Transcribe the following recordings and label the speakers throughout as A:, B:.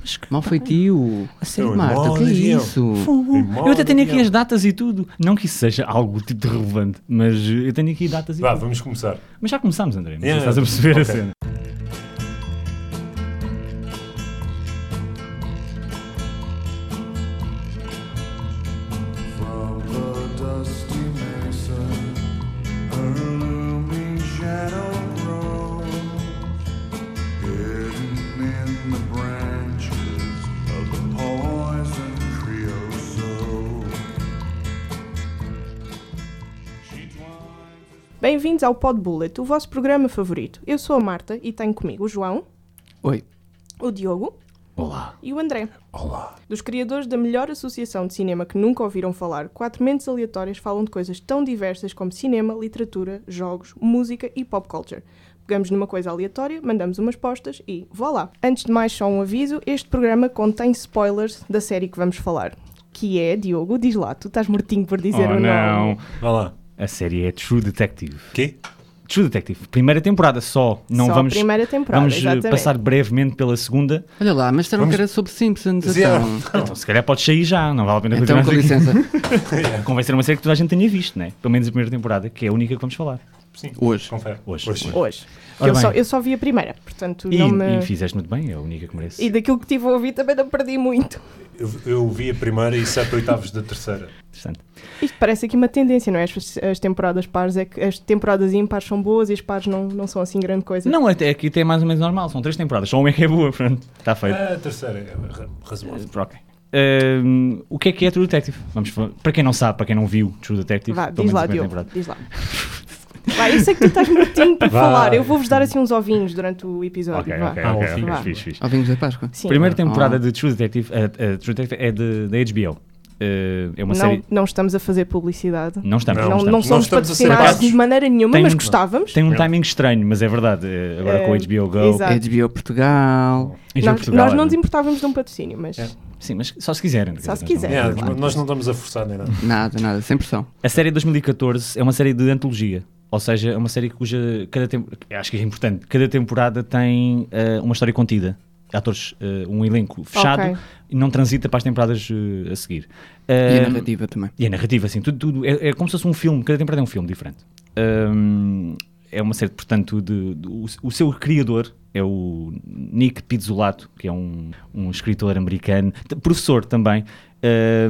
A: Mas que
B: Mal feitio. A sério,
C: Seu
B: Marta,
C: irmão,
B: que é
C: Daniel.
B: isso?
A: fogo.
C: Irmão
A: Eu até tenho aqui
C: Daniel.
A: as datas e tudo. Não que isso seja algo tipo de relevante, mas eh, eu tenho aqui datas e
C: Vá,
A: tudo.
C: vamos começar.
A: Mas já começámos, André. Mas
C: Yeah,
A: estás a perceber a
C: ok.
A: cena.
D: From the dusty mesa, a looming shadow grows, hidden in the branches of the poison creosote. She twines.
E: Bem-vindos ao Pod Bullet, o vosso programa favorito. Eu sou a Marta e tenho comigo o João,
B: Oi.
E: o Diogo
B: Olá.
E: e o André.
C: Olá.
E: Dos criadores da melhor associação de cinema que nunca ouviram falar, quatro mentes aleatórias falam de coisas tão diversas como cinema, literatura, jogos, música e pop culture. Pegamos numa coisa aleatória, mandamos umas postas e voilá! Antes de mais, só um aviso: este programa contém spoilers da série que vamos falar. Que é, Diogo, diz lá, tu estás mortinho por dizer
A: Oh,
E: o nome.
A: não.
C: Vá lá.
A: A série é True Detective.
C: Quê?
A: True Detective, primeira temporada só. Não
E: Só a
A: vamos,
E: primeira temporada,
A: vamos eh,
E: exatamente.
A: passar brevemente pela segunda.
B: Olha lá, mas disseram
C: Vamos-
B: que era sobre Simpsons,
E: é
C: Zero.
B: então.
A: Então, se calhar podes sair já, não vale a pena
B: Então,
A: continuar
B: com
A: aqui.
B: licença.
A: Convém ser uma série que toda a gente tenha visto, né? Pelo menos a primeira temporada, que é a única que vamos falar.
C: Sim.
B: Hoje.
C: Confere.
A: Hoje.
E: Hoje.
A: Ora
E: Eu
A: bem.
E: só, eu só vi a primeira, portanto
A: E,
E: não me.
A: e fizeste muito bem, é a única que merece.
E: E daquilo que tive a ouvir também não perdi muito.
C: Eu, eu vi a primeira e sete oitavos da terceira.
A: Interessante.
E: Isto parece aqui uma tendência, não é? As, as temporadas pares é que as temporadas impares são boas e as pares não, não são assim grande coisa.
A: Não, até aqui até é mais ou menos normal, são três temporadas, só uma é que é boa, pronto. Está feito.
C: A terceira é ra- razoável.
A: Mas, Eh, ok. Ahm, o que é que é True Detective? Vamos, fa- para quem não sabe, para quem não viu True Detective,
E: Vá,
A: pelo
E: diz
A: menos a
E: lá,
A: primeira
E: Diogo.
A: temporada.
E: Diz lá. Vá, eu sei que tu estás mortinho para
C: Vá.
E: falar. Eu vou-vos dar assim uns ovinhos durante o episódio.
A: Ok,
E: vá.
A: ok,
C: Ah,
A: ok,
C: bom,
A: ok,
E: fica.
A: fixe, fixe.
B: Ao vinhos da Páscoa.
E: Sim.
A: Primeira temporada
B: Ah.
A: de True Detective, a, a True Detective é de- da HBO. Eh, é uma
E: não,
A: série.
E: não estamos a fazer publicidade.
A: Não estamos,
E: Não,
A: não
E: não,
A: estamos.
E: somos
C: estamos a ser
E: patrocinados
C: pagos.
E: de maneira nenhuma,
A: Tem
E: mas
A: um-
E: gostávamos.
A: Tem um timing estranho, mas é verdade. eh, Agora com o HBO Go.
E: exato. Tá.
B: HBO Portugal.
A: HBO
E: nós,
A: Portugal,
E: nós não
A: é.
E: nos importávamos de um patrocínio, mas
C: É.
A: Sim, mas só se quiserem.
E: Só se
A: quer dizer,
E: quiserem.
A: não-
C: É, nós não estamos a forçar nem nada.
B: Nada, nada, sem pressão.
A: A série de 2014 é uma série de antologia. Ou seja, é uma série cuja cada tem- acho que é importante, cada temporada tem eh, uma história contida. Atores, eh, um elenco fechado
E: Ok.
A: e não transita para as temporadas eh, a seguir.
B: E a
A: Eh,
B: narrativa também.
A: E a narrativa, assim, tudo, tudo é, é como se fosse um filme, cada temporada é um filme diferente. Hum, é uma série, portanto, de, de- o, o seu criador é o Nick Pizzolatto, que é um, um escritor americano, t- professor também,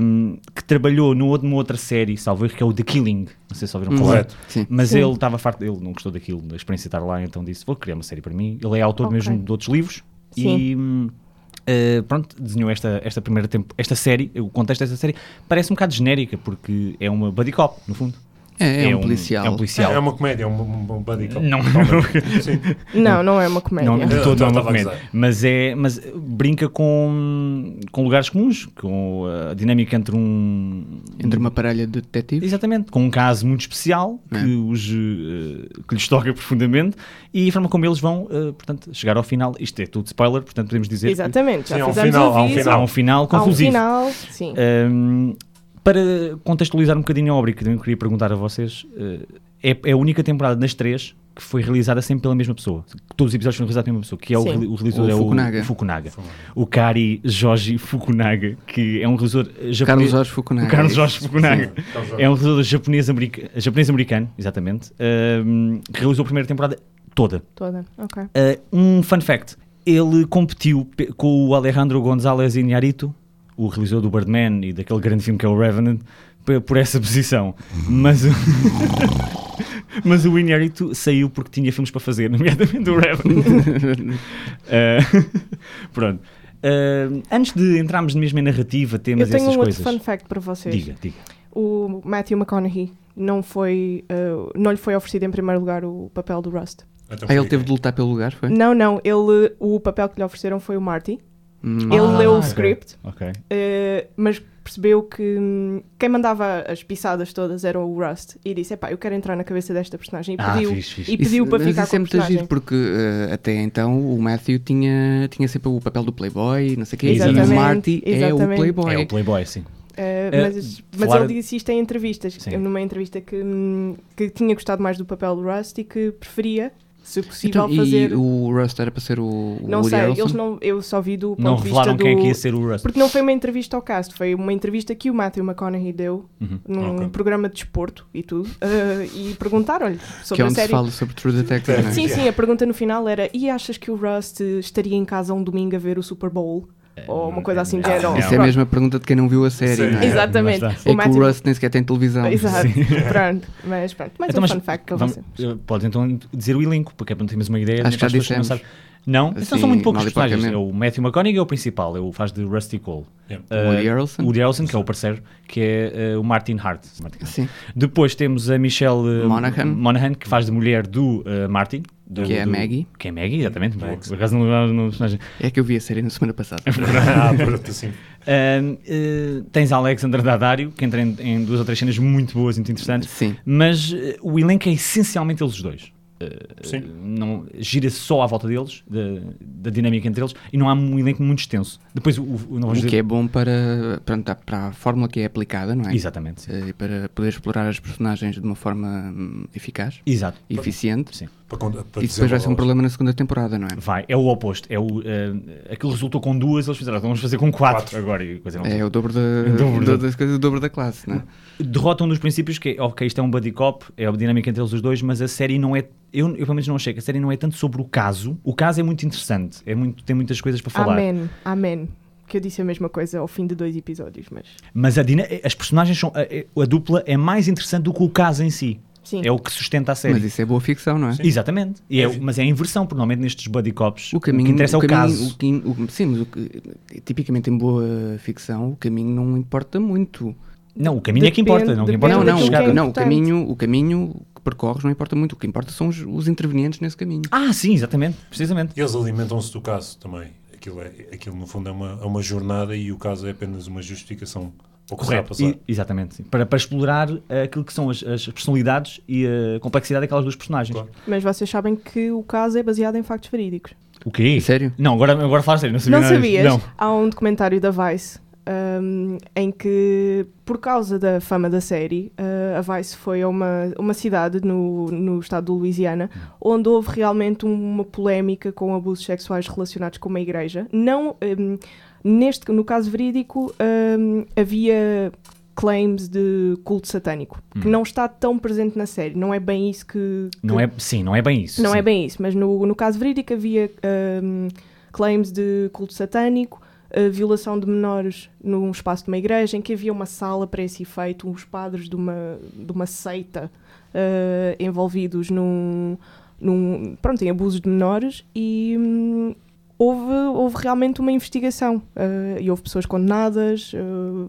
A: hum, que trabalhou no, numa outra série, salvo erro, que é o The Killing. Não sei se ouviram falar.
C: Correto.
B: Sim.
A: Mas
E: Sim.
A: ele estava farto, ele não gostou daquilo, da experiência de estar lá, então disse: Vou criar uma série para mim. Ele é autor
E: Ok.
A: mesmo de outros livros e hum, eh, pronto, desenhou esta, esta primeira tempo, esta série. O contexto desta série parece um bocado genérica porque é uma buddy cop, no fundo.
B: É, é um policial.
A: É um
C: É,
A: policial.
C: é uma comédia, é um, um, um buddy cop.
A: Não,
C: Sim.
E: não, não é uma comédia.
A: não, de
C: Eu
A: todo não é uma
C: estava a
A: comédia.
C: gozar.
A: Mas, é, mas brinca com, com lugares comuns, com a dinâmica entre um,
B: Entre uma parelha de detetives.
A: Exatamente, com um caso muito especial que,
B: É.
A: os, eh, que lhes toca profundamente e a forma como eles vão, eh, portanto, chegar ao final. Isto é tudo spoiler, portanto, podemos dizer
E: Exatamente, já
C: Sim, há um
E: fizemos
C: final, há um
E: aviso.
A: que há um final É.
E: Há um
A: conclusivo.
E: final, sim.
A: Ahm, para contextualizar um bocadinho a obra, que também queria perguntar a vocês, eh, é, é a única temporada das três que foi realizada sempre pela mesma pessoa. que Todos os episódios foram realizados pela mesma pessoa, que é o,
E: Sim.
A: reali- o realizador
B: O
A: é o
B: Fukunaga.
A: o Fukunaga. O Kari Joji Fukunaga, que é um realizador eh, japonês.
B: Jorge Fukunaga,
A: O Carlos
B: é
A: Jorge Fukunaga.
C: Carlos Jorge.
A: É um realizador japonês-americano, japonês-americano, exatamente, ahm, que realizou a primeira temporada toda.
E: Toda, ok.
A: Uh, um fun fact: ele competiu pe- com o Alejandro González Iñárritu, o realizador do Birdman e daquele grande filme que é o Revenant, pe- por essa posição. Mas o, mas o Iñárritu saiu porque tinha filmes para fazer, nomeadamente o Revenant. Uh, pronto. Uh, antes de entrarmos mesmo em narrativa, temas
E: Eu tenho
A: essas
E: um
A: coisas.
E: outro fun fact para vocês.
A: diga, diga.
E: O Matthew McConaughey não foi, uh, não lhe foi oferecido em primeiro lugar o papel do Rust.
C: Então,
B: Ah, ele
C: fica.
B: teve de lutar pelo lugar,
A: Hum?
B: foi?
E: Não, não, ele, o papel que lhe ofereceram foi o Marty.
B: Hum,
E: Ele
A: Ah,
E: leu o
A: ok.
E: script,
A: Ok.
E: uh, mas percebeu que hum, quem mandava as pisadas todas era o Rust e disse, epá, eu quero entrar na cabeça desta personagem e
A: Ah,
E: pediu,
A: fixe, fixe.
E: E pediu
B: isso-
E: para
B: mas
E: ficar
B: isso é
E: com a
B: muito
E: personagem.
B: giro porque eh, até então o Matthew tinha, tinha sempre o papel do Playboy, não sei o quê, e
A: Exatamente,
B: o Marty é o
E: exatamente.
B: Playboy.
A: É o Playboy, sim.
E: Uh,
A: Eh,
E: mas mas
A: falar-
E: ele disse isto em entrevistas, que-
A: Sim.
E: numa entrevista que, hum, que tinha gostado mais do papel do Rust e que preferia se possível,
A: Então,
E: fazer.
B: Então, E o Rust era para ser o, o
E: Não
B: Woody
E: sei,
B: Harrelson?
E: eles não, eu só vi do ponto
A: Não
E: de vista
A: revelaram
E: do...
A: quem é que ia ser o Rust.
E: Porque não foi uma entrevista ao cast, foi uma entrevista que o Matthew McConaughey deu
A: Uhum,
E: num
C: ok.
E: programa de desporto e tudo, eh, e perguntaram-lhe
B: Que
E: sobre
B: é
E: a
B: onde se
E: série.
B: fala sobre True Detective, não é?
E: Sim, sim, a pergunta no final era: e achas que o Rust estaria em casa um domingo a ver o Super Bowl?
A: É,
E: Ou uma coisa assim de género.
B: Isso é mesmo a pergunta de quem não viu a série,
C: Sim.
B: não é?
E: Exatamente.
A: Lá
B: É que o Rust nem sequer tem televisão.
E: Exato. Pronto. Mas pronto, mais
A: Então,
E: um
A: mas
E: fun fact que eu
A: vamos-
E: vou dizer.
A: eh, Pode então dizer o elenco, porque é para não termos uma ideia.
B: Acho
A: né,
B: que
A: para as
B: já
A: pessoas
B: dissemos.
A: Não, não? então
B: Assim,
A: são muito poucos
B: mal e
A: personagens. É
B: porcamente.
A: o Matthew McConaughey é o principal, é o faz de Rusty Cole.
C: Yeah.
A: Eh,
B: Woody Harrelson.
A: Woody Harrelson, que é o parceiro, que é eh, o Martin Hart. Martin Hart.
B: Sim.
A: Depois temos a Michelle eh,
B: Monaghan.
A: Monaghan, que faz de mulher do eh, Martin. do-
B: Que é a
A: do-
B: Maggie.
A: Que é a Maggie, exatamente. Por por acaso não lembrava do nome do personagem.
B: É que eu vi a série na semana passada.
C: ah, pronto, assim.
A: Ahm, eh, tens Alexandra Daddario, que entra em, em duas ou três cenas muito boas e muito interessantes.
B: Sim.
A: Mas eh, o elenco é essencialmente eles dois.
C: Sim.
A: Não, gira só à volta deles, da, da dinâmica entre eles, e não há um elenco muito extenso. Depois o, o- não vou
B: O
A: dizer...
B: que é bom para, pronto, para a fórmula que é aplicada, não é?
A: Exatamente.
B: Eh, E para poder explorar as personagens de uma forma hum, eficaz
A: Exato.
B: e eficiente.
A: Sim.
C: Para, con- para
B: E depois vai ser um
C: desenvolvê-las.
B: problema na segunda temporada, não é?
A: Vai, é o oposto. É o, eh, aquilo resultou com duas, eles fizeram, "Ah, vamos fazer com quatro,
C: Quatro.
A: agora. E coisa não
B: É o dobro, da,
A: O dobro da-
B: do- das coisas, o dobro da classe, não é?
A: derrotam um dos princípios que é, ok, isto é um buddy cop, é a dinâmica entre eles os dois, mas a série não é, eu, eu pelo menos não achei que a série não é tanto sobre o caso, o caso é muito interessante, é muito, tem muitas coisas para falar,
E: Amém. Amém. Que eu disse a mesma coisa ao fim de dois episódios, mas.
A: mas a dina- as personagens são, a, a dupla é mais interessante do que o caso em si,
E: Sim.
A: é o que sustenta a série.
B: Mas isso é boa ficção, não é?
A: Exatamente, E é- mas é a inversão, porque normalmente nestes buddy cops o, que interessa é o
B: caminho-
A: caso.
B: o que- o- sim, mas o que- tipicamente em boa ficção o caminho não importa muito.
A: Não, o caminho é que importa,
E: Depende-
A: não, o que importa
E: depende
B: Não,
A: é
B: não, o,
E: daquilo
A: onde
E: que é
A: chegar.
B: ca- não, o caminho,
E: importante.
B: o caminho que percorres não importa muito. O que importa são os, os intervenientes nesse caminho.
A: Ah, sim, exatamente, precisamente.
C: E Eles alimentam-se do caso também. Aquilo, é, aquilo no fundo, é uma, é uma jornada e o caso é apenas uma justificação para o que está a
A: Correto,
C: passar.
A: E- exatamente. sim. Para, para explorar eh, aquilo que são as, as personalidades e a complexidade daquelas duas personagens.
C: Claro.
E: Mas vocês sabem que o caso é baseado em factos verídicos.
A: O quê?
B: Sério?
A: Não, agora, agora fala sério, não sabia
E: Não
A: nada
E: sabias?
A: disso. Não.
E: Há um documentário da Vice hum, em que, por causa da fama da série, uh, a Vice foi a uma, uma cidade no, no estado do Louisiana
A: Hum.
E: onde houve realmente uma polémica com abusos sexuais relacionados com uma igreja. Não, hum, neste, no caso verídico, hum, havia claims de culto satânico, que não está tão presente na série. Não é bem isso que...
A: Hum. Não
E: que-
A: é, sim, não é bem isso.
E: não
A: sim.
E: é bem isso, mas no, no caso verídico havia hum, claims de culto satânico, eh, violação de menores num espaço de uma igreja, em que havia uma sala para esse efeito, uns padres de uma, de uma seita eh, envolvidos num, num- pronto, em abusos de menores e hum, houve, houve realmente uma investigação eh, e houve pessoas condenadas eh,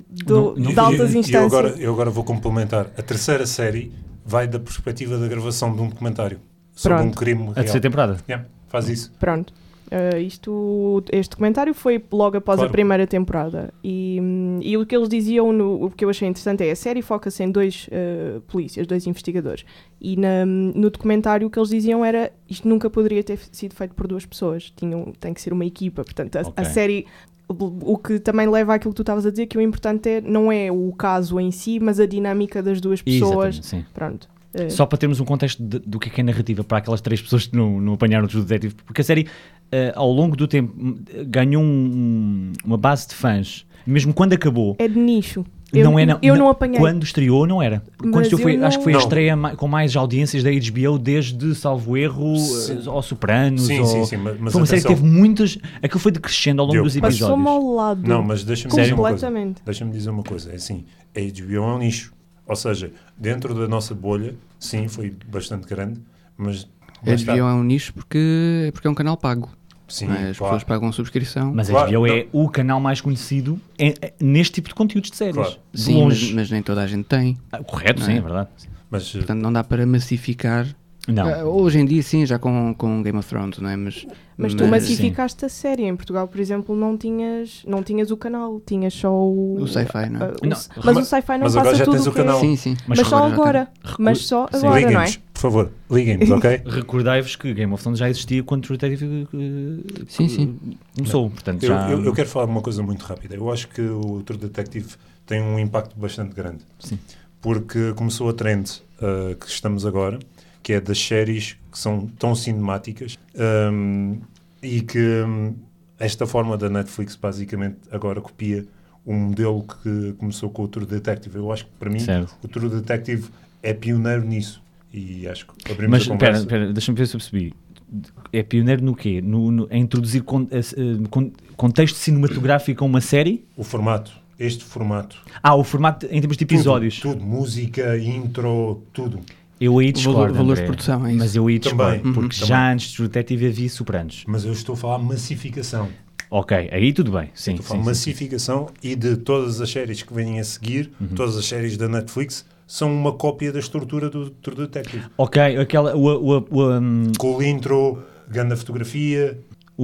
E: do-
A: Não- não-
E: de altas
C: e,
E: instâncias.
C: Eu agora, eu agora vou complementar. A terceira série vai da perspectiva da gravação de um documentário sobre
E: Pronto.
C: um crime
A: A
C: real.
A: terceira temporada.
C: Yeah, faz isso.
E: Pronto. Uh, isto, este documentário foi logo após
C: Claro.
E: a primeira temporada e, hum, e o que eles diziam, no, o que eu achei interessante é a série foca-se em dois uh, polícias, dois investigadores e na- no documentário o que eles diziam era isto nunca poderia ter sido feito por duas pessoas, Tinham, tem que ser uma equipa, portanto a, a
A: Ok.
E: série o o que também leva àquilo que tu estavas a dizer que o importante é, não é o caso em si mas a dinâmica das duas pessoas
A: Exatamente, sim.
E: pronto Uh,
A: Só para termos um contexto de- do que é, que é narrativa para aquelas três pessoas que não, não apanharam o True Detective, porque a série eh, ao longo do tempo hum, ganhou um- uma base de fãs, mesmo quando acabou.
E: é de nicho eu
A: não é, não,
E: eu não apanhei
A: Quando estreou, não era. Porque Quando
E: Mas
A: estreou,
E: eu
A: foi,
E: não-
A: acho que foi a
C: Não.
A: estreia ma- com mais audiências da HBO desde Salvo Erro
C: Sim.
A: eh, ao Sopranos.
C: Sim,
A: ao-
C: sim, sim, mas- mas
A: foi uma série que
C: atenção.
A: teve muitas. Aquilo foi decrescendo ao longo
C: Diogo,
A: dos episódios.
E: Passou-me ao lado.
C: Não, mas deixa-me dizer uma coisa.
E: Hum. completamente.
C: Deixa-me dizer uma coisa. É assim, a HBO é um nicho. Ou seja, dentro da nossa bolha, sim, foi bastante grande, mas...
B: A
C: mas
B: HBO é um nicho porque, porque é um canal pago.
C: Sim,
B: não é? As
C: claro.
B: pessoas pagam a subscrição.
A: Mas
C: Claro,
A: a HBO é o canal mais conhecido em- em- neste tipo de conteúdos de séries.
C: Claro.
A: De
B: Sim, mas,
A: longe.
B: mas nem toda a gente tem.
A: Ah, Correto,
B: Não
A: sim,
B: é?
A: é verdade.
C: Mas, eh,
B: Portanto, não dá para massificar.
A: Não.
B: Ah, hoje em dia, sim, já com, com Game of Thrones, não é? Mas,
E: Mas tu
A: Mas-
E: massificaste a série. Em Portugal, por exemplo, não tinhas, não tinhas o canal, tinhas só o.
B: O sci-fi, não é?
E: Ah, o-
A: Não,
E: mas
C: mas-
E: o sci-fi não
C: mas agora
E: passa
C: já
E: tudo.
C: tens o
E: que é-
C: canal.
B: Sim, sim.
E: Mas,
A: Mas
E: só
B: já tem.
E: agora. Mas só
A: Sim.
E: agora, não é?
C: liguem-nos, por favor. Liguem-nos, ok?
A: Recordai-vos que Game of Thrones já existia quando True Detective eh,
B: Sim, sim.
A: começou. Portanto,
C: Eu,
A: já...
C: eu- eu quero falar uma coisa muito rápida. Eu acho que o True Detective tem um impacto bastante grande.
A: Sim.
C: eh, Porque começou a trend ah, que estamos agora, que é das séries que são tão cinemáticas hum, e que hum, esta forma da Netflix basicamente agora copia um modelo que começou com o True Detective. Eu acho que para mim
A: Certo.
C: o True Detective é pioneiro nisso e acho que abrimos
A: Mas
C: a
A: espera,
C: conversa.
A: espera, deixa-me ver se eu percebi. É pioneiro no quê? No, no- em introduzir con- eh, eh, con- contexto cinematográfico a uma série?
C: O formato, este formato.
A: Ah, o formato em termos de episódios.
C: Tudo, tudo, música, intro, tudo.
A: Eu aí
B: Valor-
A: discordo.
B: valores de
A: André.
B: produção, é isso.
A: Mas eu aí discordo,
C: Também.
A: porque
C: Uhum.
A: já antes do Detective havia Sopranos.
C: Mas eu estou a falar massificação.
A: Ok, aí tudo bem. Sim,
C: Estou a falar
A: sim, sim.
C: massificação e de todas as séries que vêm a seguir,
A: Uhum.
C: todas as séries da Netflix, são uma cópia da estrutura do True Detective.
A: Ok, aquela, o, o, o, um,
C: Com o intro, grande fotografia,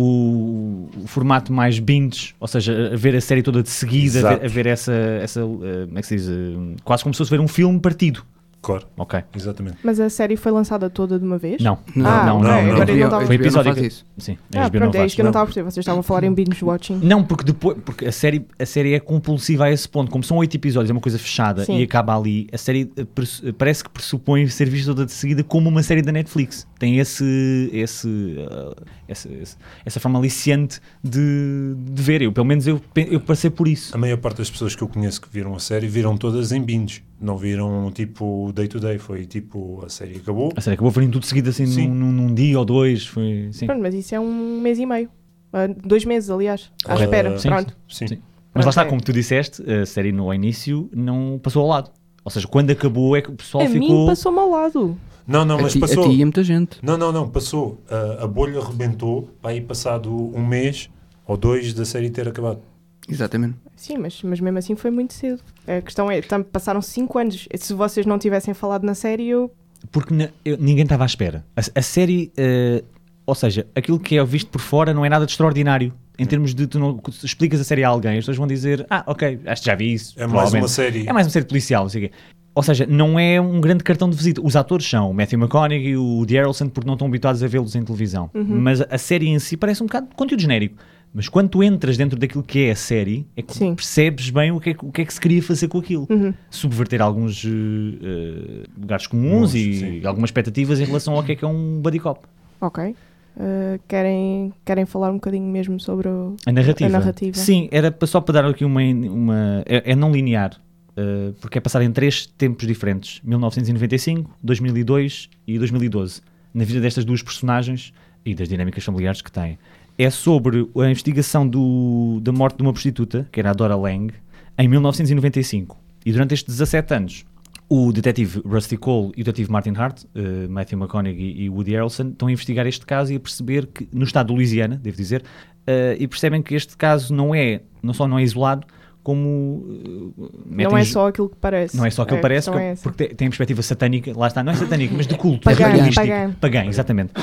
A: o- o formato mais binge, ou seja, a ver a série toda de seguida, a ver,
C: Exato.
A: a ver essa, essa, eh, como é que se diz, Eh, quase como se fosse ver um filme partido.
C: cor.
A: Ok,
C: Exatamente.
E: Mas a série foi lançada toda de uma vez?
A: não,
B: Não,
E: ah,
A: não,
E: ok,
C: não, não.
E: agora eu não
B: HBO
E: estava
A: Foi
B: não faz
A: episódico.
B: isso.
A: sim, a
E: Ah,
A: HBO não
E: pronto, é
A: faz.
E: isto que eu não estava a perceber. Vocês estavam a falar em binge watching.
A: Não, porque depois porque a série, a série é compulsiva a esse ponto. Como são oito episódios, é uma coisa fechada
E: Sim.
A: e acaba ali. A série eh, pres- eh, parece que pressupõe ser vista toda de seguida como uma série da Netflix. Tem esse, esse, ah, esse- esse- essa forma aliciante de, de ver. Eu, pelo menos eu, pe- eu passei por isso.
C: A maior parte das pessoas que eu conheço que viram a série viram todas em binge. Não viram tipo day to day. Foi tipo a série acabou.
A: A série acabou vendo tudo de seguida assim
C: Sim.
A: num, num- num dia ou dois. Foi, sim.
E: Pronto, mas isso é um mês e meio. Ah, dois meses, aliás. À
C: Correto.
E: espera.
A: Sim,
E: Pronto.
C: Sim.
A: Sim. Mas lá está,
E: Ok.
A: como tu disseste, a série no início não passou ao lado. Ou seja, quando acabou é que o pessoal
E: A mim
A: ficou.
E: passou-me ao lado.
C: Não, não,
B: A
C: mas
B: ti, a
C: passou.
B: ti e a muita gente.
C: Não, não, não, passou. A, a bolha rebentou para aí passado um mês ou dois da série ter acabado.
B: Exatamente.
E: Sim, mas, mas mesmo assim foi muito cedo. A questão é, tam- passaram cinco anos. Se vocês não tivessem falado na série, eu...
A: porque na- eu- ninguém estava à espera. A, a série, eh, ou seja, aquilo que é visto por fora não é nada de extraordinário. Em termos de tu não tu explicas a série a alguém, as pessoas vão dizer: Ah, ok, acho que já vi isso.
C: É mais
A: provavelmente."
C: uma série.
A: É mais uma série policial, não sei o quê. Ou seja, não é um grande cartão de visita. Os atores são o Matthew McConaughey e o Woody Harrelson, porque não estão habituados a vê-los em televisão. Mas a série em si parece um bocado de conteúdo genérico. Mas quando tu entras dentro daquilo que é a série, é que
E: Sim.
A: percebes bem o que, é, que- o que é que se queria fazer com aquilo. Subverter alguns eh, eh, lugares comuns
C: Comuns,
A: e
C: sim.
A: algumas expectativas em relação ao que é que é um buddy cop.
E: Ok. Ah, querem, querem falar um bocadinho mesmo sobre o...
A: A narrativa.
E: A narrativa.
A: Sim, era pa- só para dar aqui uma. uma é, é não linear, eh, porque é passado em três tempos diferentes: 1995, 2002 e 2012. Na vida destas duas personagens e das dinâmicas familiares que têm. É sobre a investigação do- da morte de uma prostituta, que era a Dora Lang, em 1995. E durante estes 17 anos, o detetive Rusty Cole e o detetive Martin Hart, eh, Matthew McConaughey e Woody Harrelson, estão a investigar este caso e a perceber que, no estado de Louisiana, devo dizer, eh, e percebem que este caso não é, não só não é isolado, como eh, metem
E: Não é
A: ju-
E: só aquilo que parece.
A: não é só que ele parece,
E: a questão
A: que-
E: é essa.
A: porque te- tem a perspectiva satânica, lá está, não é satânica, mas de culto,
E: Pagã,
A: é paganismo,
E: pagã.
A: pagã, exatamente,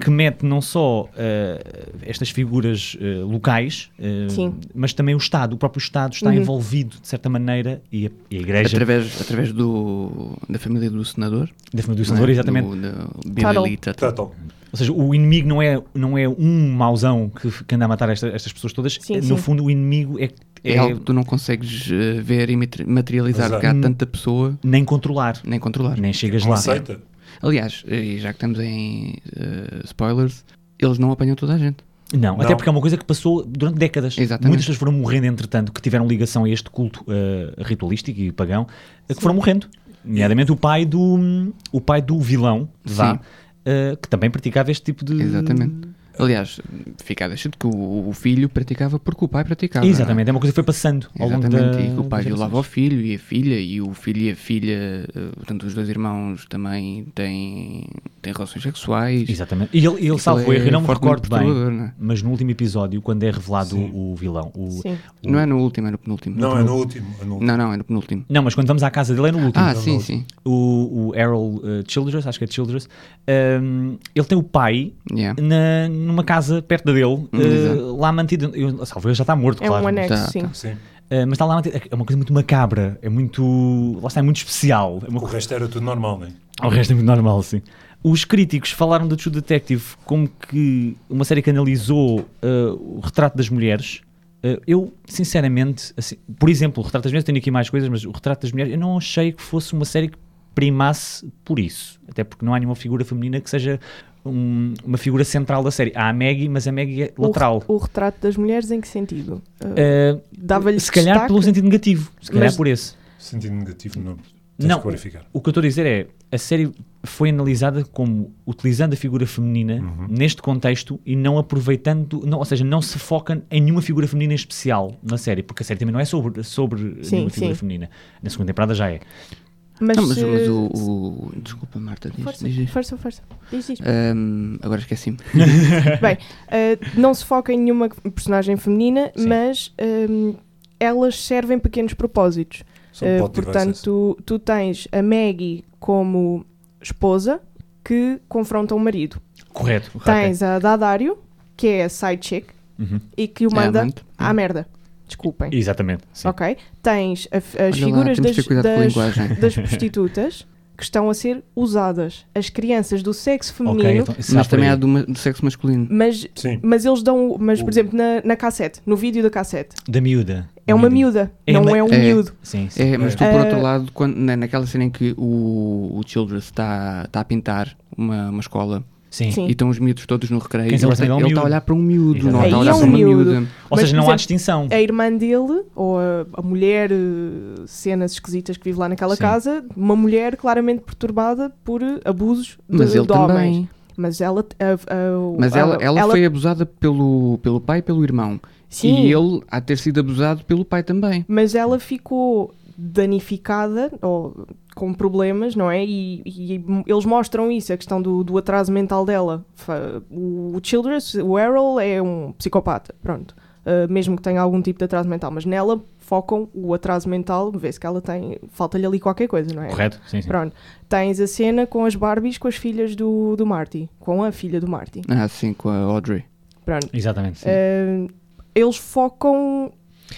A: que mete não só eh, estas figuras eh, locais, eh,
E: Sim. Uhum.
A: mas também o Estado, o próprio Estado está envolvido de certa maneira e a, e a Igreja
B: Através, através do, da família do senador.
A: da família É do senador,
B: não é?
A: exatamente. Tá.
B: Do, do
E: Tuttle.
B: Billy Lee Tuttle.
C: Total.
A: Ou seja, o inimigo não é, não é um mauzão que, que anda a matar esta- estas pessoas todas,
E: Sim,
A: no
E: sim.
A: fundo o inimigo é,
B: É,
A: é
B: algo que tu não consegues eh, ver e matri- materializar,
C: Exato.
B: porque há tanta pessoa,
A: nem controlar,
B: nem controlar.
A: nem chegas
C: Uma
A: lá.
C: seita.
B: Aliás, e já que estamos em eh, spoilers, eles não apanham toda a gente.
A: Não,
C: Não.
A: até porque é uma coisa que passou durante décadas.
B: Exatamente.
A: Muitas pessoas foram morrendo, entretanto, que tiveram ligação a este culto eh, ritualístico e pagão, eh, que foram morrendo. Nomeadamente o pai do, o pai do vilão, vá,
B: Sim.
A: eh, que também praticava este tipo de...
B: Exatamente. Aliás, fica deixado que o, o filho praticava porque o pai praticava. não é?
A: Exatamente, é uma coisa que foi passando ao longo
B: Exatamente,
A: da-
B: e que o pai
A: das
B: violava o filho e a filha, e o filho e a filha, eh, portanto, os dois irmãos também têm, têm relações sexuais.
A: Exatamente. E ele, ele
B: Aquilo é
A: salvo erro, eu não me
B: fortemente
A: recordo bem,
B: perturbador, não é?
A: mas no último episódio, quando é revelado o, o vilão, o-
E: Sim.
B: Não é no último, é no penúltimo.
C: Não, é no último. é no último.
B: Não, não, é no penúltimo.
A: Não, mas quando vamos à casa dele é no último.
B: ah, sim, sim.
A: O, o Errol eh, Childress, acho que é Childress, ehm, ele tem o pai
B: Yeah.
A: na- numa casa perto dele, eh,
B: Hum, exato.
A: lá mantido. Eu, salvo, ele já está morto,
E: É
A: claro.
E: um anexo,
B: Tá,
E: sim.
C: Sim.
A: Eh, mas está lá mantido. É uma coisa muito macabra, é muito. Lá está, é muito especial. É uma
C: O resto era tudo normal, não é?
A: o resto é muito normal, sim. Os críticos falaram do True Detective como que uma série que analisou eh, o retrato das mulheres. Eh, eu, sinceramente, assim, por exemplo, o retrato das mulheres, tenho aqui mais coisas, mas o retrato das mulheres, eu não achei que fosse uma série que primasse por isso. Até porque não há nenhuma figura feminina que seja um- uma figura central da série. Há a Maggie, mas a Maggie é lateral.
E: O, o retrato das mulheres em que sentido? Uh,
A: Eh,
E: Dava-lhe
A: se calhar
E: destaque?
A: pelo sentido negativo. Se calhar
E: Mas-
A: por esse.
C: Sentido negativo, não. Tens
A: Não.
C: que clarificar.
A: O que eu estou a dizer é, a série foi analisada como utilizando a figura feminina
B: Uhum.
A: neste contexto e não aproveitando, não, ou seja, não se foca em nenhuma figura feminina em especial na série, porque a série também não é sobre, sobre
E: Sim,
A: nenhuma figura
E: sim.
A: feminina. Na segunda temporada já é.
E: Mas,
B: Não, mas,
E: se-
B: mas o,
A: eh,
B: o- Desculpa, Marta, diz,
E: Força,
B: diz, diz.
E: força, força. Diz, diz.
B: Ahm, agora esqueci-me.
E: Bem, eh, não se foca em nenhuma personagem feminina,
A: Sim.
E: mas ehm, elas servem pequenos propósitos.
C: São
A: um
E: Eh,
C: plot
E: portanto,
C: devices.
E: tu, tu tens a Maggie como esposa que confronta o marido.
A: Correto.
E: Tens a Dadário, que é a side chick,
A: Ah, Uhum.
E: e que o
B: É,
E: manda
B: amante.
E: à merda. Desculpem.
A: Exatamente. sim.
E: Ok? Tens a- as
B: Olha lá,
E: figuras
B: temos que ter
E: das,
B: cuidado com a
E: das-
B: linguagem.
E: das prostitutas que estão a ser usadas. As crianças do sexo feminino.
A: Ok, então, será
B: Mas
A: por
B: também
A: aí.
B: há do, ma- do sexo masculino.
E: Mas
C: Sim.
E: Mas eles dão. Mas, por
C: O-
E: exemplo, na, na cassete, no vídeo da cassete,
A: da miúda.
E: é uma miúda,
A: É
E: não
A: uma-
E: é um
B: É.
E: miúdo.
A: Sim, sim.
B: É, mas tu,
E: É.
B: por
E: Eh,
B: outro lado, quando, na- naquela cena em que o, o Childress está tá a pintar uma, uma escola
A: sim.
E: Sim.
B: e estão os miúdos todos no recreio,
A: Quem se
B: ele
A: apercebe é um
B: está a
A: miúdo.
B: olhar para um miúdo, não
A: Exatamente.
B: está a
E: Aí
B: olhar
E: é
B: para
E: um
B: uma
E: miúdo.
B: miúda.
A: Ou
E: Mas,
A: seja, não
E: por exemplo,
A: há
E: é-
A: distinção.
E: A irmã dele, ou a, a mulher, eh, cenas esquisitas que vive lá naquela
A: Sim.
E: casa, uma mulher claramente perturbada por eh, abusos de,
B: Mas ele
E: de homens.
B: também.
E: Mas ela. a- a- o-
B: Mas
E: a-
B: ela, ela, foi abusada pelo, pelo pai e pelo irmão.
E: Sim,
B: E ele há de ter sido abusado pelo pai também.
E: mas ela ficou danificada ou com problemas, não é? E, e eles mostram isso, a questão do, do atraso mental dela. Fa- O Childress, o Errol é um psicopata, pronto. Uh, mesmo que tenha algum tipo de atraso mental, mas nela focam o atraso mental, vê-se que ela tem, falta-lhe ali qualquer coisa, não é?
A: Correto? Sim, sim.
E: Pronto. Tens a cena com as Barbies com as filhas do, do Marty, com a filha do Marty.
B: Ah, sim, com a Audrey.
E: Pronto.
A: Exatamente. Sim.
E: Uh, eles focam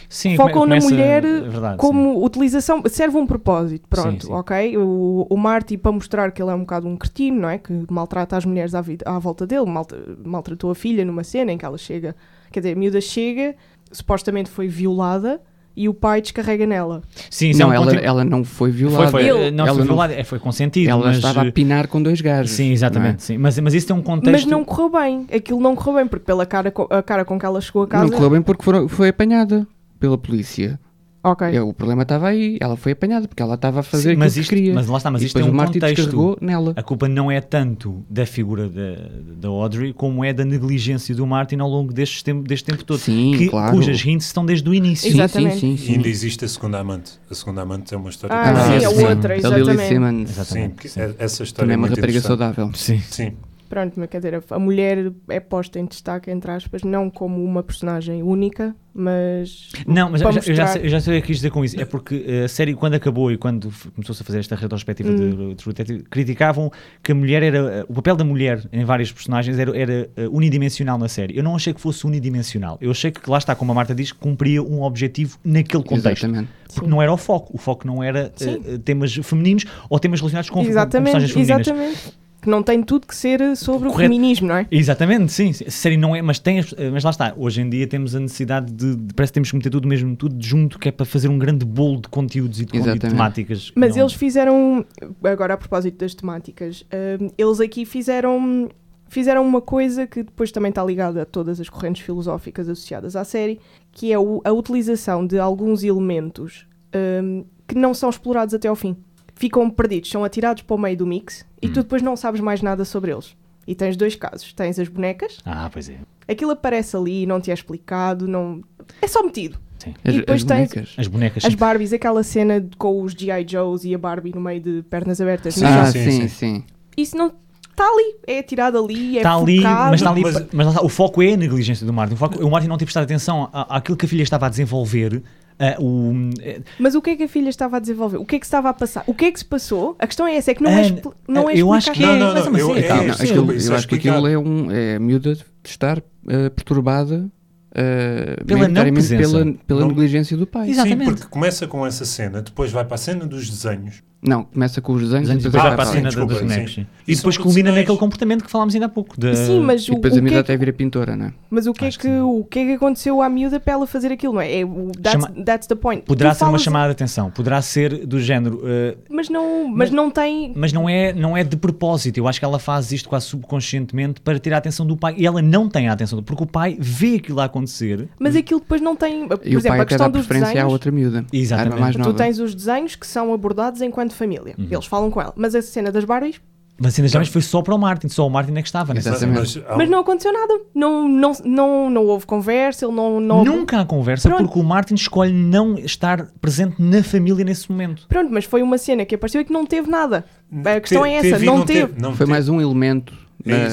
A: Sim,
E: focam
A: come-
E: na
A: começa-
E: mulher
A: é verdade, sim.
E: como utilização, serve um propósito, pronto,
A: Sim, sim.
E: ok? O, o Marty, para mostrar que ele é um bocado um cretino, não é? Que maltrata as mulheres à, vida- à volta dele, malta- maltratou a filha numa cena em que ela chega, quer dizer, a miúda chega, supostamente foi violada e o pai descarrega nela.
A: Sim, isso é
B: não,
A: um
B: ela,
A: conteúdo-
B: ela não foi
A: Foi,
B: violada.
A: foi,
E: Ele-
A: não
B: ela
A: foi
B: não-
A: violado, é, foi consentido.
B: Ela
A: mas, eh,
B: estava a pinar com dois gajos.
A: Sim, exatamente. Sim. Mas, mas isso tem um contexto.
E: Mas não correu bem, aquilo não correu bem, porque pela cara, co- a cara com que ela chegou
B: Não,
E: a
B: é?
E: casa.
B: Não correu bem porque foram- foi apanhada pela polícia.
E: Ok.
B: É, O problema estava aí. Ela foi apanhada porque ela estava a fazer
A: Sim,
B: aquilo
A: mas
B: que
A: isto-
B: queria.
A: mas lá está, mas
B: E
A: isto tem
B: depois
A: um
B: o Marty
A: contexto.
B: descarregou nela.
A: A culpa não é tanto da figura da, da Audrey como é da negligência do Martin ao longo deste tempo, deste tempo todo.
B: Sim,
A: que,
B: claro.
A: Cujas hints estão desde o início.
B: Sim, sim,
E: Exatamente.
B: sim,
C: E ainda
B: sim.
C: existe a segunda amante. A segunda amante é uma história.
E: Ah, sim, a
A: sim.
E: outra,
B: A Lily
E: exatamente.
B: Simmons.
C: Sim, porque
A: Exatamente. Sim.
C: é- essa história
B: Também é
C: é
B: uma
C: muito
B: rapariga
C: interessante.
B: saudável.
A: Sim.
C: Sim,
E: Pronto, mas quer dizer, a- a mulher é posta em destaque, entre aspas, não como uma personagem única, mas.
A: Não, mas
E: para
A: eu já- eu já,
E: mostrar-
A: sei- eu já sei o que quis dizer com isso. É porque eh, a série, quando acabou e quando f- começou-se a fazer esta retrospectiva de True Detective, criticavam que a mulher era. eh, O papel da mulher em vários personagens era, era, eh, unidimensional na série. Eu não achei que fosse unidimensional. Eu achei que, lá está, como a Marta diz, cumpria um objetivo naquele contexto.
B: Exatamente.
A: Porque não era o foco. O foco não era eh, eh, temas femininos ou temas relacionados com, com personagens
E: Exatamente,
A: femininas.
E: exatamente. Que não tem tudo que ser eh, sobre o
A: Correto.
E: feminismo, não é?
A: Exatamente, sim. sim. A série não é, mas, tem, as- eh, mas lá está. Hoje em dia temos a necessidade de, de- Parece que temos que meter tudo mesmo, tudo junto, que é para fazer um grande bolo de conteúdos e de, conteúdo-
B: Exatamente.
A: temáticas. que
E: Mas
A: não-
E: eles fizeram, agora a propósito das temáticas, hum, eles aqui fizeram, fizeram uma coisa que depois também está ligada a todas as correntes filosóficas associadas à série, que é o- a utilização de alguns elementos hum, que não são explorados até ao fim. Ficam perdidos, são atirados para o meio do mix e
A: Hum.
E: tu depois não sabes mais nada sobre eles. E tens dois casos. Tens as bonecas,
A: Ah, pois é.
E: aquilo aparece ali, não te é explicado, não... é só metido.
B: As,
E: E depois
B: as
E: tens-
B: bonecas.
A: As bonecas.
E: As
A: sim.
E: Barbies, aquela cena de- com os G.I. Joes e a Barbie no meio de pernas abertas.
C: Sim,
B: ah,
E: Não,
B: sim,
C: sim,
B: sim.
C: sim.
E: Isso não está ali, é tirado ali, é
A: Está Tá ali,
E: focado.
A: mas está ali,
C: Mas-
A: mas lá está, o foco é a negligência do Martin. O, foco- o Martin não teve prestado atenção à- àquilo que a filha estava a desenvolver. ah, o, eh,
E: Mas o que é que a filha estava a desenvolver? O que é que se estava a passar? O que é que se passou? A questão é essa, é que não é,
A: Ana,
E: expl- não é
A: eu acho
E: explicado.
A: que é-
C: Não, não,
A: mas
C: não,
A: mas
B: assim,
C: eu-
A: é-
C: é-
A: tá,
B: Não,
A: não,
C: sim,
B: aquilo- um,
C: isso
B: eu
C: é
B: acho que aquilo
C: explicado.
B: é, um, é a miúda de estar eh, perturbada eh, ah,
A: Pela não
B: maioritariamente
A: presença.
B: pela, pela
C: Não-
B: negligência do pai.
A: Exatamente.
C: Sim, porque começa com essa cena, depois vai para a cena dos desenhos.
B: Não, começa com os desenhos,
A: Desenhos
B: e
A: depois vai
C: Ah,
A: para a
C: sim,
A: cena
C: desculpa,
A: dos
C: sim.
A: bonecos. sim. E
C: Isso
A: depois
C: são
A: culmina
C: sinais.
A: naquele comportamento que falámos ainda há pouco. da-
E: Sim, mas
B: Ah, E
E: o, o
B: depois a
E: que
B: miúda
E: é que,
B: até vira pintora, não é?
E: mas o que é
A: Acho
E: que,
A: que sim.
E: o que é que aconteceu à miúda para ela fazer aquilo, não é? É o- that's,
A: Chama-
E: that's the point.
A: Poderá
E: Tu
A: ser uma
E: falas-
A: chamada de atenção, poderá ser do género, eh,
E: Mas não, mas não tem.
A: mas não é, não é de propósito. Eu acho que ela faz isto quase subconscientemente para tirar a atenção do pai. E ela não tem a atenção, do porque o pai vê aquilo a acontecer.
E: Mas aquilo depois não tem. Por
B: E o pai
E: exemplo, é, a
B: até dá
E: questão dos
B: preferência
E: desenhos.
B: à outra miúda.
A: Exatamente.
B: À mais nova.
E: Tu tens os desenhos que são abordados enquanto família.
A: Uhum.
E: Eles falam com ela. Mas essa cena das Barbies,
A: Mas ainda jamais foi só para o Martin, só o Martin é que estava. nessa
B: Exatamente.
C: Mas, há-
E: mas não aconteceu nada. Não, não, não, não houve conversa, ele não. não...
A: Nunca há conversa
E: Pronto.
A: porque o Martin escolhe não estar presente na família nesse momento.
E: Pronto, mas foi uma cena que apareceu e que não teve nada. A questão
C: te-
E: é essa,
C: e
E: não teve.
C: um- não
B: Foi mais um elemento
C: É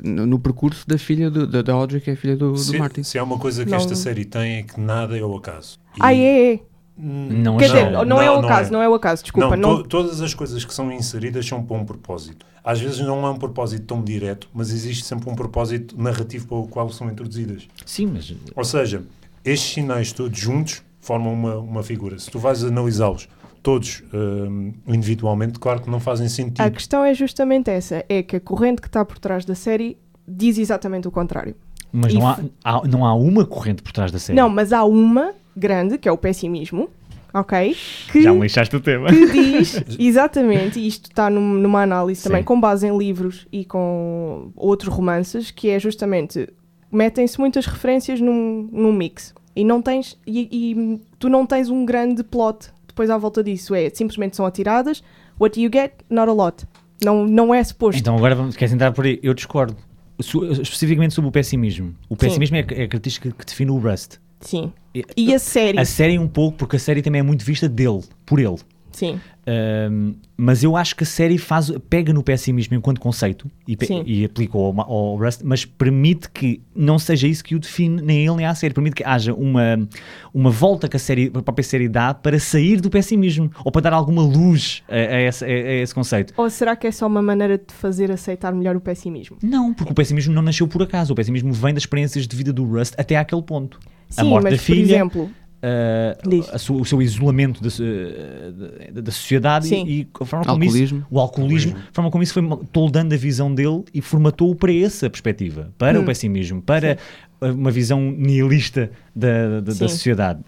B: da- no, no percurso da filha do, da, da Audrey, que é a filha do, do
C: se,
B: Martin.
C: se há uma coisa que
E: Não.
C: esta série tem é que nada é o acaso. E-
E: Ah, é, é.
A: Não
E: Quer
A: é
E: dizer,
A: nada.
E: não, é o
C: Não, não
E: acaso,
C: é.
E: não é o acaso, desculpa.
C: não,
E: Não,
C: to- todas as coisas que são inseridas são para um propósito. Às vezes não há um propósito tão direto, mas existe sempre um propósito narrativo para o qual são introduzidas.
A: Sim, mas
C: Ou seja, estes sinais todos juntos formam uma, uma figura. Se tu vais analisá-los todos hum, individualmente, claro que não fazem
E: A
C: sentido.
E: questão é justamente essa: é que a corrente que está por trás da série diz exatamente o contrário.
A: Mas
E: E
A: não há,
E: f-
A: há- não há uma corrente por trás da série.
E: Não, mas há uma grande, que é o pessimismo, ok? Que
A: Já me lixaste o tema.
E: que diz exatamente, e isto está num- numa análise também
A: Sim.
E: com base em livros e com outros romances, que é justamente metem-se muitas referências num, num mix e não tens e, e tu não tens um grande plot depois à volta disso, é simplesmente são atiradas, what you get, not a lot. Não, não é suposto.
A: Então agora vamos, queres entrar por aí? Eu discordo. Su- especificamente sobre o pessimismo. O pessimismo é, a- é a característica que define o Rust.
E: Sim.
A: E-
E: E a série.
A: A série um pouco, porque a série também é muito vista dele, por ele.
E: Sim.
A: Ahm, mas eu acho que a série faz, pega no pessimismo enquanto conceito e, pe-
E: Sim.
A: e aplica ao, ma- ao Rust, mas permite que não seja isso que o define, nem ele nem a série. Permite que haja uma, uma volta que a, série, a própria série dá para sair do pessimismo ou para dar alguma luz a, a essa- a- a esse conceito.
E: Ou será que é só uma maneira de fazer aceitar melhor o pessimismo?
A: Não, porque o pessimismo não nasceu por acaso. O pessimismo vem das experiências de vida do Rust até àquele ponto. a
E: Sim,
A: morte
E: mas
A: da filha,
E: por exemplo,
A: ah,
E: Diz.
A: a su- o seu isolamento da, su- eh, da- da sociedade
E: Sim.
A: e, e a forma como
B: Alcoolismo.
A: isso, o alcoolismo, a forma como isso foi mo- toldando a visão dele e formatou-o para essa perspectiva, para
E: Hum.
A: o pessimismo, para uma visão nihilista da, da- da
E: Sim.
A: sociedade.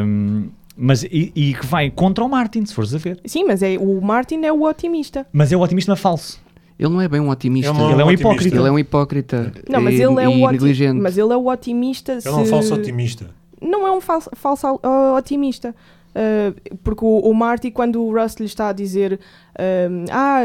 A: Ahm, mas e, e que vai contra o Martin, se fores a ver.
E: sim, mas é o Martin é o otimista.
A: Mas é o otimismo falso.
B: Ele não é bem um otimista.
C: uma-
A: Ele é um
C: otimista.
A: hipócrita.
B: Ele é um hipócrita.
E: Não, mas
B: e,
E: ele é
B: e
E: o oti-
B: negligente.
E: Mas ele é o otimista. se...
C: Ele é um falso otimista.
E: Não é um falso, falso ah, otimista. Ah, porque o, o Marty, quando o Russ lhe está a dizer ah, ah,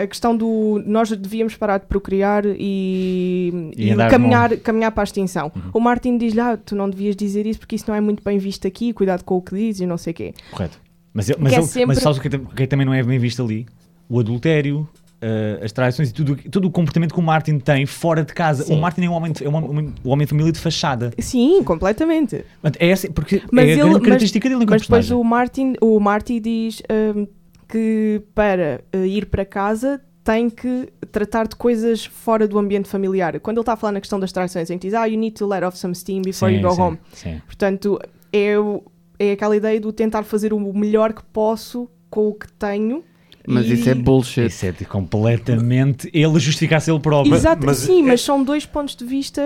E: a questão do nós devíamos parar de procriar e,
A: E
E: e
A: andar
E: caminhar, caminhar para a extinção,
C: Uhum.
E: o Martin diz-lhe: ah, tu não devias dizer isso porque isso não é muito bem visto aqui, cuidado com o que dizes e não sei o quê.
A: Correto. Mas, eu- mas,
E: Que é
A: eu-
E: sempre-
A: mas sabes o que, tam- o que também não é bem visto ali? O adultério, eh, as traições e tudo, todo o comportamento que o Martin tem fora de casa.
E: Sim.
A: O Martin é um homem, de- é um homem, um homem de família de fachada.
E: Sim, completamente.
A: Portanto, É essa, porque
E: Mas
A: é a
E: ele-
A: grande
E: mas-
A: característica dele enquanto
E: Mas depois
A: personagem.
E: o Martin, o Marty diz hum, que para eh, ir para casa tem que tratar de coisas fora do ambiente familiar. Quando ele está a falar na questão das traições, em que diz, ah, you need to let off some steam before
A: Sim,
E: you go
A: sim,
E: home.
A: sim.
E: Portanto, é, o- é aquela ideia do tentar fazer o melhor que posso com o que tenho.
B: Mas
E: e-
B: isso é bullshit.
A: Isso é de completamente ele justificar-se ele próprio.
E: Exato,
C: mas-
E: sim,
C: é-
E: mas são dois pontos de vista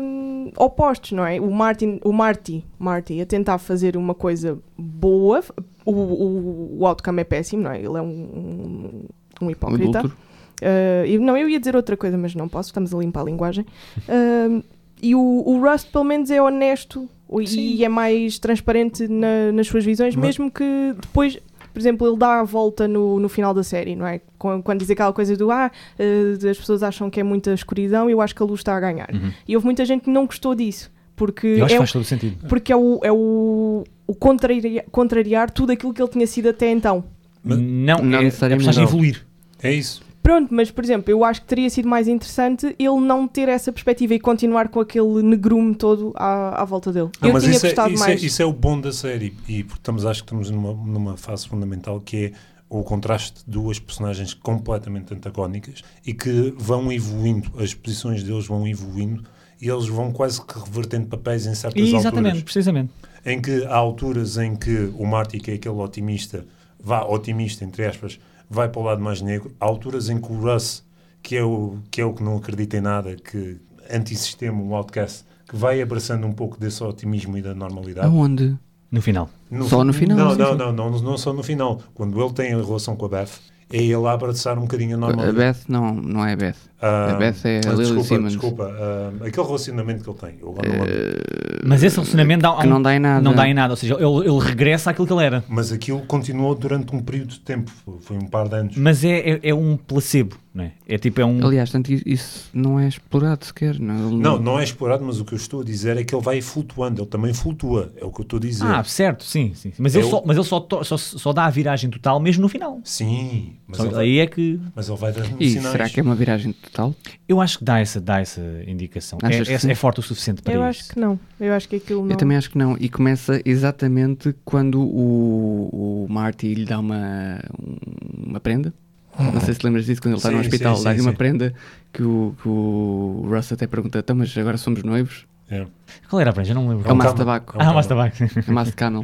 E: hum, opostos, não é? O Martin, o Marty, Marty a tentar fazer uma coisa boa, f- o, o, o outcome é péssimo, não é? Ele é um, um, um
B: Um
E: hipócrita.
B: adulto.
E: Ah, eu- não, eu ia dizer outra coisa, mas não posso, estamos a limpar a linguagem. Ah, e o, o Rust, pelo menos, é honesto o- e é mais transparente na- nas suas visões,
C: Mas-
E: mesmo que depois. Por exemplo, ele dá a volta no, no final da série, não é? Com- Quando diz aquela coisa do ah, ah, as pessoas acham que é muita escuridão e eu acho que a luz está a ganhar. E houve muita gente que não gostou disso, porque
A: Uhum. Eu acho
E: é,
A: que faz todo o sentido.
E: porque é o, é o, o contraria- contrariar tudo aquilo que ele tinha sido até então.
C: Mas-
A: não,
B: Não
A: é,
B: necessariamente.
A: A personagem
B: Não.
A: evoluir.
C: É isso.
E: Pronto, mas por exemplo, eu acho que teria sido mais interessante ele não ter essa perspectiva e continuar com aquele negrume todo à, à volta dele.
C: Não,
E: eu
C: mas
E: tinha
C: isso, é,
E: gostado
C: isso, é,
E: mais.
C: isso é o bom da série. E porque estamos, acho que estamos numa, numa fase fundamental que é o contraste de duas personagens completamente antagónicas e que vão evoluindo, as posições deles vão evoluindo e eles vão quase que revertendo papéis em certas
A: E,
C: alturas.
A: exatamente, precisamente.
C: em que há alturas em que o Marty, que é aquele otimista, vá otimista, entre aspas, vai para o lado mais negro, há alturas em que o Russ, que é o que, é o que não acredita em nada, que antissistema, um outcast, que vai abraçando um pouco desse otimismo e da normalidade.
B: Aonde?
A: No final.
B: Só no final,
C: Não,
B: sim,
C: não,
B: sim.
C: não, não, não só no final. Quando ele tem a relação com a Beth, é ele a abraçar um bocadinho a
B: A
C: normalidade.
B: Beth não, não é a Beth.
C: Ah,
B: a Beth é a
C: ah,
B: Lily
C: desculpa,
B: Simmons. Eh,
C: desculpa. ah, aquele relacionamento que ele tem. Eu agora não lembro.
A: Mas esse relacionamento dá, um-
B: que não dá em nada.
A: Não dá em nada, ou seja, ele, ele regressa àquilo que ele era.
C: Mas aquilo continuou durante um período de tempo. Foi um par de anos.
A: Mas é, é, é um placebo, não é? É tipo, é um.
B: Aliás, tanto i- isso não é explorado sequer. Não,
C: Hum. Não, não é explorado, mas o que eu estou a dizer é que ele vai flutuando, ele também flutua, é o que eu estou a dizer.
A: Ah, certo, sim, sim. sim. Mas ele,
C: Eu-
A: só, mas ele só, to- só, só dá a viragem total mesmo no final.
C: Sim, mas,
A: Só-
C: ele, vai-
A: aí é que.
C: mas ele vai dando
B: E
C: sinais.
B: será que é uma viragem total?
A: Eu acho que dá essa, dá essa indicação. É,
B: Achas que sim?
A: é, é forte o suficiente para
E: Eu
A: isso.
E: acho que não. Eu acho que aquilo não.
B: Eu também acho que não. E começa exatamente quando o, o Marty lhe dá uma, um, uma prenda. Não sei se lembras disso, quando ele está no
C: Sim,
B: hospital,
C: sim,
B: dá-lhe
C: sim,
B: uma
C: sim.
B: prenda que o, que o Russ até pergunta: então, mas agora somos noivos?
C: É.
A: Qual era a franja? Não me
B: É
A: lembro.
B: o maço
C: cama.
B: de tabaco.
C: É um
A: Ah, mas está bem.
B: É o maço de camel.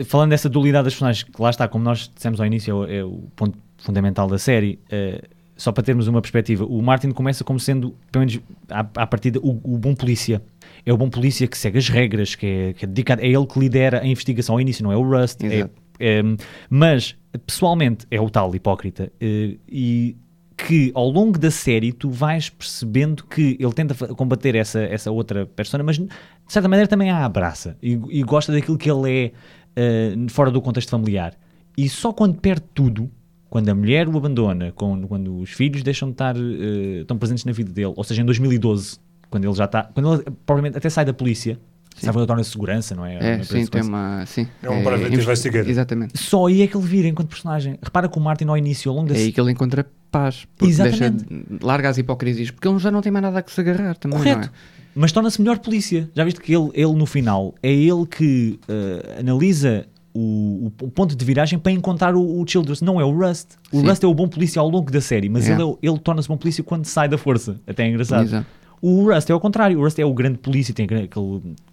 A: Uh, falando dessa dualidade das personagens, que lá está, como nós dissemos ao início, é o- é o, ponto fundamental da série. uh, só para termos uma perspectiva, o Martin começa como sendo, pelo menos à, à partida, o, o bom polícia. É o bom polícia que segue as regras, que é, que é dedicado, é ele que lidera a investigação ao início, não é o Rust. é-
B: Exato.
A: é, mas, pessoalmente, é o tal hipócrita. uh, e que ao longo da série tu vais percebendo que ele tenta fa- combater essa, essa outra persona, mas de certa maneira também a abraça e, e gosta daquilo que ele é uh, fora do contexto familiar. E só quando perde tudo, quando a mulher o abandona, quando, quando os filhos deixam de estar, uh, estão presentes na vida dele, ou seja, em 2012, quando ele já está, quando ele provavelmente até sai da polícia, sabe quando torna segurança, não é? Uma
B: É,
A: empresa
B: sim,
A: de
B: tem
A: segurança.
B: uma. Sim,
C: É um private
B: investi-
C: investigator.
B: Exatamente.
A: Só aí é que ele vira enquanto personagem. Repara que o Martin ao início, ao longo da
B: É aí que ele encontra paz. Porque deixa, larga as hipocrisias, porque ele já não tem mais nada a que se agarrar também.
A: Correto.
B: Não é?
A: Mas torna-se melhor polícia. Já viste que ele, ele no final, é ele que eh, analisa o, o ponto de viragem para encontrar o, o Childress. Não é o Rust. O
B: Sim.
A: Rust é o bom polícia ao longo da série, mas
B: É.
A: ele, é o- ele torna-se bom polícia quando sai da força. Até é
B: é?
A: engraçado.
B: Exato.
A: O Rust é o contrário. O Rust é o grande polícia, tem aquele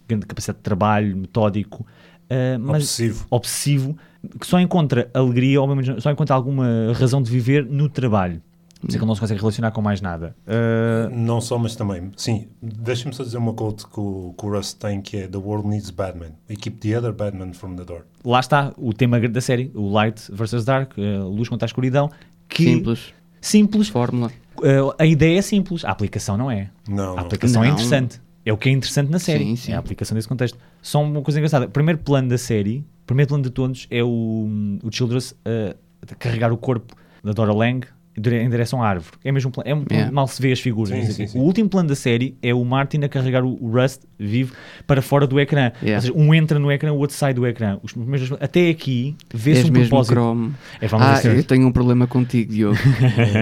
A: grande capacidade de trabalho, metódico. eh, mas
C: Obsessivo.
A: obsessivo que só encontra alegria ou mesmo só encontra alguma razão de viver no trabalho. Por isso é que ele não se consegue relacionar com mais nada. Eh,
C: Não só, mas também. Sim, deixa-me só dizer uma quote que o, que o Russ tem que é The World Needs Batman. We keep the other Batman from the door.
A: lá está o tema da série, o Light versus Dark, eh, luz contra a escuridão, que
B: Simples.
A: simples,
B: Fórmula.
A: eh, a ideia é simples, a aplicação não é.
C: Não,
A: A
C: não.
A: aplicação é
B: Não.
A: interessante. É o que é interessante na série,
B: Sim, sim.
A: é a aplicação desse contexto. Só uma coisa engraçada, o primeiro plano da série, o primeiro plano de todos é o, o Childress eh, a carregar o corpo da Dora Lang dire- em direção à árvore. É mesmo um plano, é um-
B: Yeah.
A: mal se vê as figuras.
C: Sim,
A: não sei o
C: sim,
A: quê.
C: sim.
A: O último plano da série é o Martin a carregar o, o Rust vivo para fora do ecrã.
B: Yeah.
A: Ou seja, um entra no ecrã, o outro sai do ecrã. Os primeiros- até aqui vê-se
B: És
A: um
B: mesmo
A: propósito.
B: Chrome.
A: É, vamos
B: Ah,
A: dizer.
B: eu tenho um problema contigo, Diogo.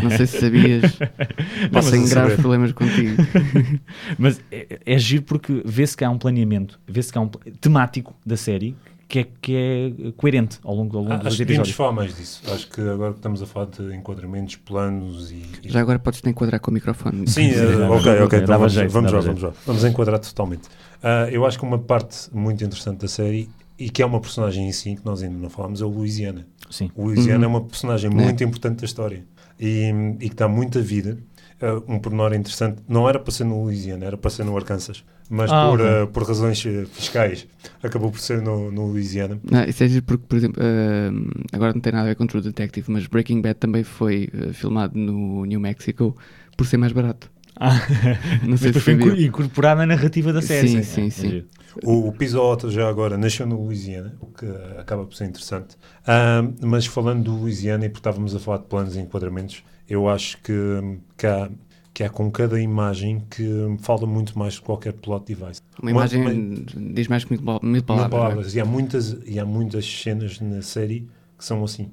B: não sei se sabias.
C: mas
B: Tenho graves
C: a
A: assim,
C: saber.
B: problemas contigo.
A: Mas é, é giro porque vê-se que há um planeamento, vê-se que há um pl- temático da série que é, que é coerente ao longo, ao longo
C: Ah,
A: dos
C: acho que devíamos
A: episódios.
C: falar mais disso. Acho que agora que estamos a falar de enquadramentos, planos e. e-
B: Já agora podes te enquadrar com o microfone.
C: Sim, eh, ok,
A: dava-
C: ok.
A: dava
C: Então vamos,
A: jeito,
C: vamos,
A: dava
C: já, vamos já. Vamos enquadrar totalmente. Ah, eu acho que uma parte muito interessante da série e que é uma personagem em si que nós ainda não falámos é o Louisiana.
A: Sim.
C: O Louisiana é uma personagem muito importante da história e, e que dá muita vida. Ah, um pormenor interessante, não era para ser no Louisiana, era para ser no Arkansas, mas
A: Ah,
C: por,
A: ok.
C: ah, por razões eh, fiscais acabou por ser no, no Louisiana.
B: Não, isso é giro porque, por exemplo, ahm, agora não tem nada a ver com True Detective, mas Breaking Bad também foi ah, filmado no New Mexico por ser mais barato.
A: Ah,
B: Não sei
A: mas
B: se
A: foi
B: sabiam.
A: incor- incorporar na narrativa da série.
B: Sim,
A: É,
B: sim,
A: é
B: sim.
A: giro.
C: O, o Pisoto já agora nasceu no Louisiana, o que ah, acaba por ser interessante. Ah, mas falando do Louisiana, e porque estávamos a falar de planos e enquadramentos, eu acho que, que, há, que há com cada imagem que fala muito mais de qualquer plot device.
B: Uma
C: Mas-
B: imagem
C: mas-
B: diz mais que mil, pal- mil
C: Mil
B: palavras. não é?
C: palavras. E há, muitas, e há muitas cenas na série que são assim.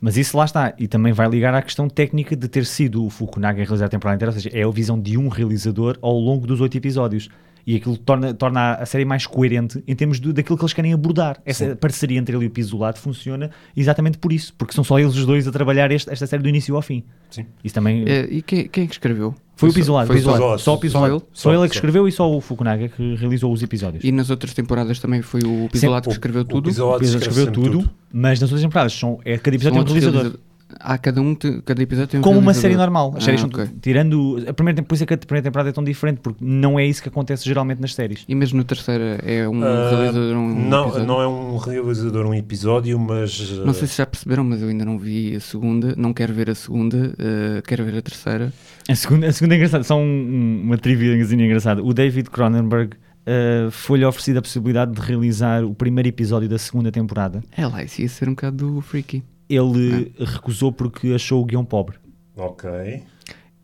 A: Mas isso lá está, e também vai ligar à questão técnica de ter sido o Fukunaga a realizar a temporada inteira, ou seja, é a visão de um realizador ao longo dos oito episódios. E aquilo torna, torna a série mais coerente em termos de, daquilo que eles querem abordar. Essa parceria entre ele e o Pisolado funciona exatamente por isso, porque são só eles os dois a trabalhar este- esta série do início ao fim.
C: Sim.
A: Isso também
B: É, e Eh, quem, quem é que escreveu?
A: Foi
B: Foi
A: o
B: só-
A: Pisolado,
B: foi
A: Pisolado,
C: Pisolado.
A: só o Pisolado.
B: Só ele?
A: Só ele é que
C: Só.
A: escreveu e só o Fukunaga que realizou os episódios.
B: E nas outras temporadas também foi o Pisolado que
C: O-
B: escreveu
C: o
B: tudo.
A: O
C: Pisolado
A: Pisolado escreveu
C: sempre
A: tudo, mas nas outras temporadas são, é, cada
B: São
A: episódio tem um
B: outros
A: realizador.
B: realizadores. Ah, cada um, te- cada episódio tem um
A: Como uma
B: realizador.
A: série normal. As séries
B: Ah,
A: são
B: ok.
A: tirando. A primeira, temporada- por isso é que a primeira temporada é tão diferente, porque não é isso que acontece geralmente nas séries.
B: E mesmo na terceira é um
C: Ah,
B: realizador um
C: não, é.
B: episódio?
C: não é um realizador, um episódio, mas.
B: Não sei se já perceberam, mas eu ainda não vi a segunda, não quero ver a segunda, eh, quero ver a terceira.
A: A segunda, a segunda é engraçada, só um- um- uma triviazinha engraçada. O David Cronenberg uh, foi-lhe oferecida a possibilidade de realizar o primeiro episódio da segunda temporada.
B: É lá, isso ia ser um bocado freaky.
A: Ele
B: Ah.
A: recusou porque achou o guião pobre.
C: Ok.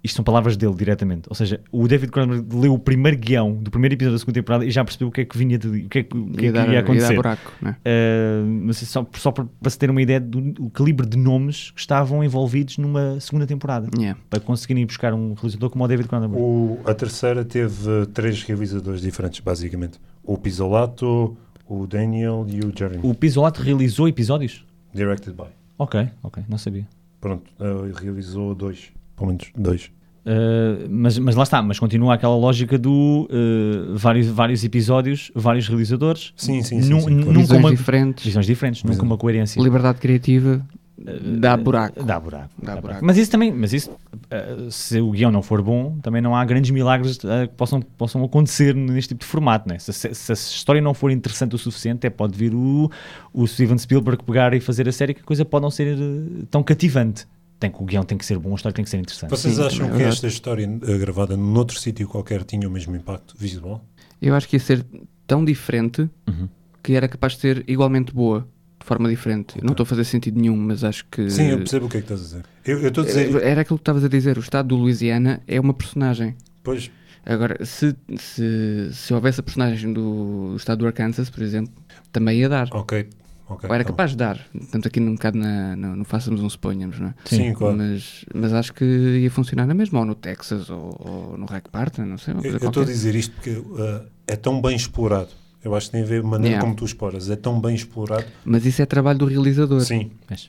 A: Isto são palavras dele diretamente. Ou seja, o David Cronenberg leu o primeiro guião do primeiro episódio da segunda temporada e já percebeu o que é que vinha de, o que é que, o que é que
B: ia, dar,
A: ia
B: ia dar
A: acontecer.
B: buraco, né?
A: Uh, mas é só, só para, para se ter uma ideia do do calibre de nomes que estavam envolvidos numa segunda temporada.
B: Yeah.
A: Para conseguirem ir buscar um realizador como o David Cronenberg.
C: O- a terceira teve eh, três realizadores diferentes, basicamente: o Pisolato, o Daniel e o Jeremy.
A: O Pisolato realizou episódios?
C: Directed by.
A: Ok, ok, não sabia.
C: Pronto, eh, realizou dois, pelo menos dois.
A: Uh, mas, mas lá está, mas continua aquela lógica do uh, vários, vários episódios, vários realizadores,
C: Sim, sim, sim.
A: Num-
C: sim, claro.
A: nunca
B: Visões
A: uma-
B: diferentes,
A: visões diferentes, nunca uma coerência.
B: liberdade criativa, dá buraco.
A: Eh, Dá buraco.
B: Dá buraco.
A: Mas isso também, mas isso, uh, se o guião não for bom, também não há grandes milagres uh, que possam, possam acontecer neste tipo de formato. Né? Se, se- se a história não for interessante o suficiente, até pode vir o, o Steven Spielberg pegar e fazer a série que a coisa pode não ser uh, tão cativante. Tem que, o guião tem que ser bom, a história tem que ser interessante.
C: Vocês
B: Sim,
C: acham
B: também é
C: que
B: verdade.
C: esta história eh, gravada noutro sítio qualquer tinha o mesmo impacto visual?
B: Eu acho que ia ser tão diferente
A: Uhum.
B: que era capaz de ser igualmente boa, de forma diferente. Não estou a fazer sentido nenhum, mas acho que.
C: Sim, eu percebo o que é que estás a dizer. Eu eu estou a dizer.
B: Era aquilo que estavas a dizer, o estado do Louisiana é uma personagem.
C: Pois,
B: Agora, se, se, se houvesse a personagem do estado do Arkansas, por exemplo, também ia dar.
C: ok. ok
B: Ou era
C: tá bom.
B: capaz de dar. Estamos aqui num bocado na, no, no façamos um suponhamos, não é?
C: Sim, claro.
B: Mas, mas acho que ia funcionar na mesma, ou no Texas, ou, ou no Rack Park, não sei. Uma
C: Eu
B: coisa
C: eu estou a
B: qualquer.
C: dizer isto porque eh, é tão bem explorado. Eu acho que tem a ver a maneira
B: Yeah.
C: como tu exploras. É tão bem explorado.
B: Mas isso é trabalho do realizador.
C: Sim.
A: Mas-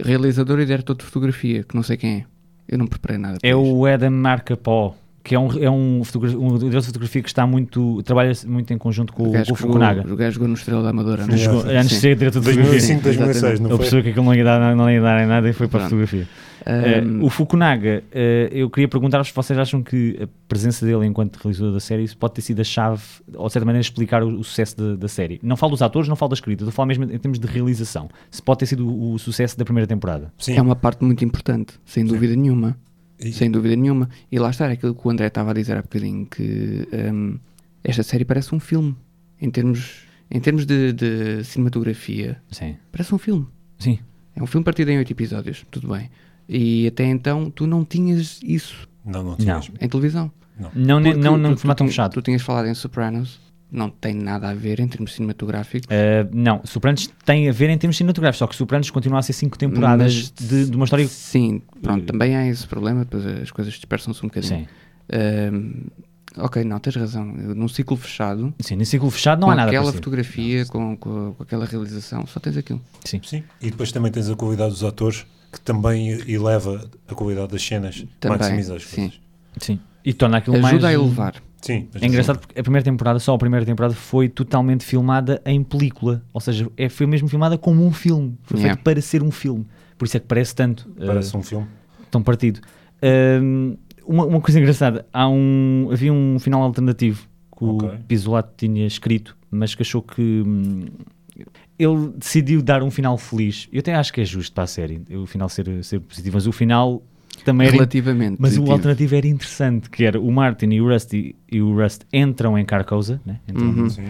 B: Realizador e diretor de fotografia, que não sei quem é. Eu não preparei nada. para
A: É
B: isto.
A: o Adam Marcapó, que é um, é um, fotogra- um diretor de fotografia que está muito, trabalha muito em conjunto com,
B: O
A: o-
B: gajo
A: com o
B: que jogou-
A: Fukunaga.
B: O gajo jogou no Estrela da Amadora, não é?
C: Yeah.
A: Jogou-
C: sim.
A: Antes de ser diretor de fotografia,
C: 2005, 2006, não
A: ele
C: foi?
A: percebeu que aquilo não ia dar, não lhe ia dar em nada e foi para a
B: Pronto.
A: fotografia. Eh,
B: Ahm,
A: o Fukunaga, eh, eu queria perguntar-vos se vocês acham que a presença dele enquanto realizador da série isso pode ter sido a chave, ou de certa maneira, explicar o, o sucesso da, da série. Não falo dos atores, não falo da escrita, estou a falar mesmo em termos de realização. Se pode ter sido o, o sucesso da primeira temporada.
C: Sim.
B: É uma parte muito importante, sem dúvida nenhuma.
C: E-
B: Sem dúvida nenhuma. E lá está, era aquilo que o André estava a dizer há bocadinho, que hum, esta série parece um filme. Em termos, em termos de, de cinematografia,
A: Sim.
B: parece um filme.
A: Sim.
B: É um filme partido em oito episódios, tudo bem. E até então tu não tinhas isso
C: Não, não tinha
A: Não.
C: mesmo.
B: em televisão.
A: Não, ne-
B: Porque
A: não, não,
B: tu-
A: não
B: tu
A: formato
B: tin-
A: um fechado.
B: Tu tinhas falado em Sopranos, não tem nada a ver em termos cinematográficos.
A: Uh, não, Sopranos tem a ver em termos cinematográficos, só que Sopranos continua a ser cinco temporadas
B: Mas-
A: de, de uma história.
B: Sim, pronto, também há esse problema, depois as coisas dispersam-se um bocadinho.
A: Hum. Sim,
B: Ahm, ok, não, tens razão. Num ciclo fechado,
A: sim, nesse ciclo fechado não
B: com
A: há nada.
B: aquela
A: parecido.
B: fotografia, com, com- com aquela realização, só tens aquilo.
A: Sim.
C: Sim. E depois também tens a qualidade dos atores, que também eleva a qualidade das cenas,
B: Também,
C: maximiza as
B: sim.
C: coisas.
A: Sim. E torna aquilo
B: Ajuda
A: mais. um
B: a elevar.
C: Sim. mas
A: É engraçado porque a primeira temporada, só a primeira temporada, foi totalmente filmada em película. Ou seja, é, foi mesmo filmada como um filme. Foi
B: Yeah.
A: feito para ser um filme. Por isso é que parece tanto. uh,
C: Parece um filme.
A: tão partido. Ahm, uma, uma coisa engraçada, há um, havia um final alternativo que o
C: Ok.
A: Pisolato tinha escrito, mas que achou que hum, ele decidiu dar um final feliz. Eu até acho que é justo para a série o final ser, ser positivo, mas o final também era.
B: Relativamente.
A: Mas o
B: positivo.
A: alternativo era interessante, que era o Martin e o Rusty e o Rust entram em Carcosa né? Entram-
B: Uhum.
C: Sim.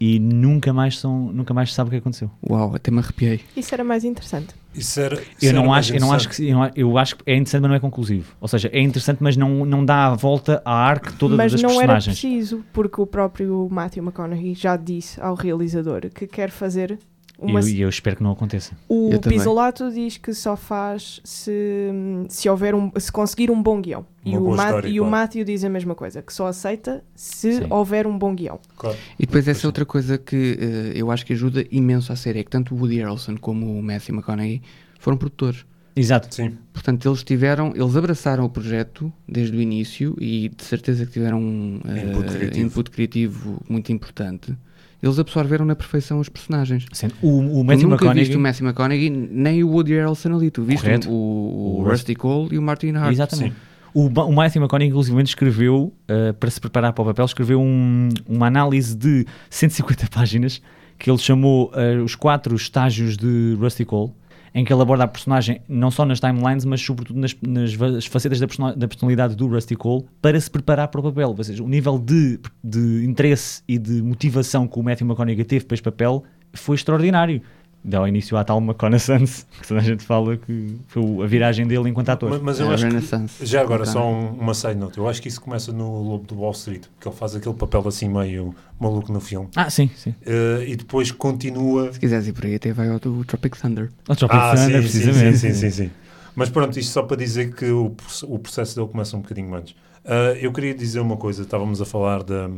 A: e nunca mais são, nunca mais se sabe o que aconteceu.
B: Uau, até me arrepiei.
E: Isso era mais interessante.
C: Isso era, isso
E: é
A: Eu
C: era
A: não,
C: mais
A: acho, eu não acho
C: interessante.
A: que eu, não- eu acho que é interessante, mas não é conclusivo. Ou seja, é interessante, mas não, não dá a volta à arco toda
E: Mas
A: das
E: não era
A: personagens.
E: preciso, porque o próprio Matthew McConaughey já disse ao realizador que quer fazer uma.
A: Eu, e eu espero que não aconteça.
E: O
B: Eu também.
E: Pisolato diz que só faz se, se, houver um, se conseguir um bom guião. E
C: Uma
E: o,
C: boa
E: Ma-
C: história,
E: e o
C: claro.
E: Matthew diz a mesma coisa, que só aceita se
A: Sim.
E: houver um bom guião.
C: Claro.
B: E depois essa outra coisa que é eh, eu acho que ajuda imenso à série é que tanto o Woody Harrelson como o Matthew McConaughey foram produtores.
A: Exato.
C: Sim.
B: Portanto, eles tiveram, eles abraçaram o projeto desde o início e de certeza que tiveram um eh,
C: Input criativo.
B: input criativo muito importante. Eles absorveram na perfeição os personagens.
A: Sendo- O, o
B: Tu
A: Matthew
B: nunca viste o
A: McConaughey.
B: Matthew McConaughey nem o Woody Harrelson ali. Tu viste
A: Correto.
B: o, o,
A: O
B: Rusty Cole e o Martin Hart.
A: Exatamente. O, Ma- o Matthew McConaughey, inclusive, escreveu, eh, para se preparar para o papel, escreveu um- uma análise de 150 páginas que ele chamou eh, Os Quatro Estágios de Rusty Cole, em que ele aborda a personagem não só nas timelines, mas sobretudo nas, nas va- facetas da, persona- da personalidade do Rusty Cole para se preparar para o papel. Ou seja, o nível de, de interesse e de motivação que o Matthew McConaughey teve para este papel foi extraordinário. Dá início à tal McConaughey que toda a gente fala que foi o- a viragem dele enquanto ator.
C: Mas, mas
B: É
C: eu
B: a
C: acho que,
B: Renaissance.
C: já agora,
B: Então,
C: só um- uma side note. Eu acho que isso começa no Lobo do Wall Street, que ele faz aquele papel assim meio maluco no filme.
A: Ah, sim, sim.
C: Eh, e depois continua
B: Se quiseres ir por aí, até vai ao do Tropic Thunder.
A: O Tropic Thunder, precisamente.
C: Ah, Sim, sim, sim, sim. Mas pronto, isto só para dizer que o, proce- o processo dele começa um bocadinho antes. Ah, eu queria dizer uma coisa, estávamos a falar da,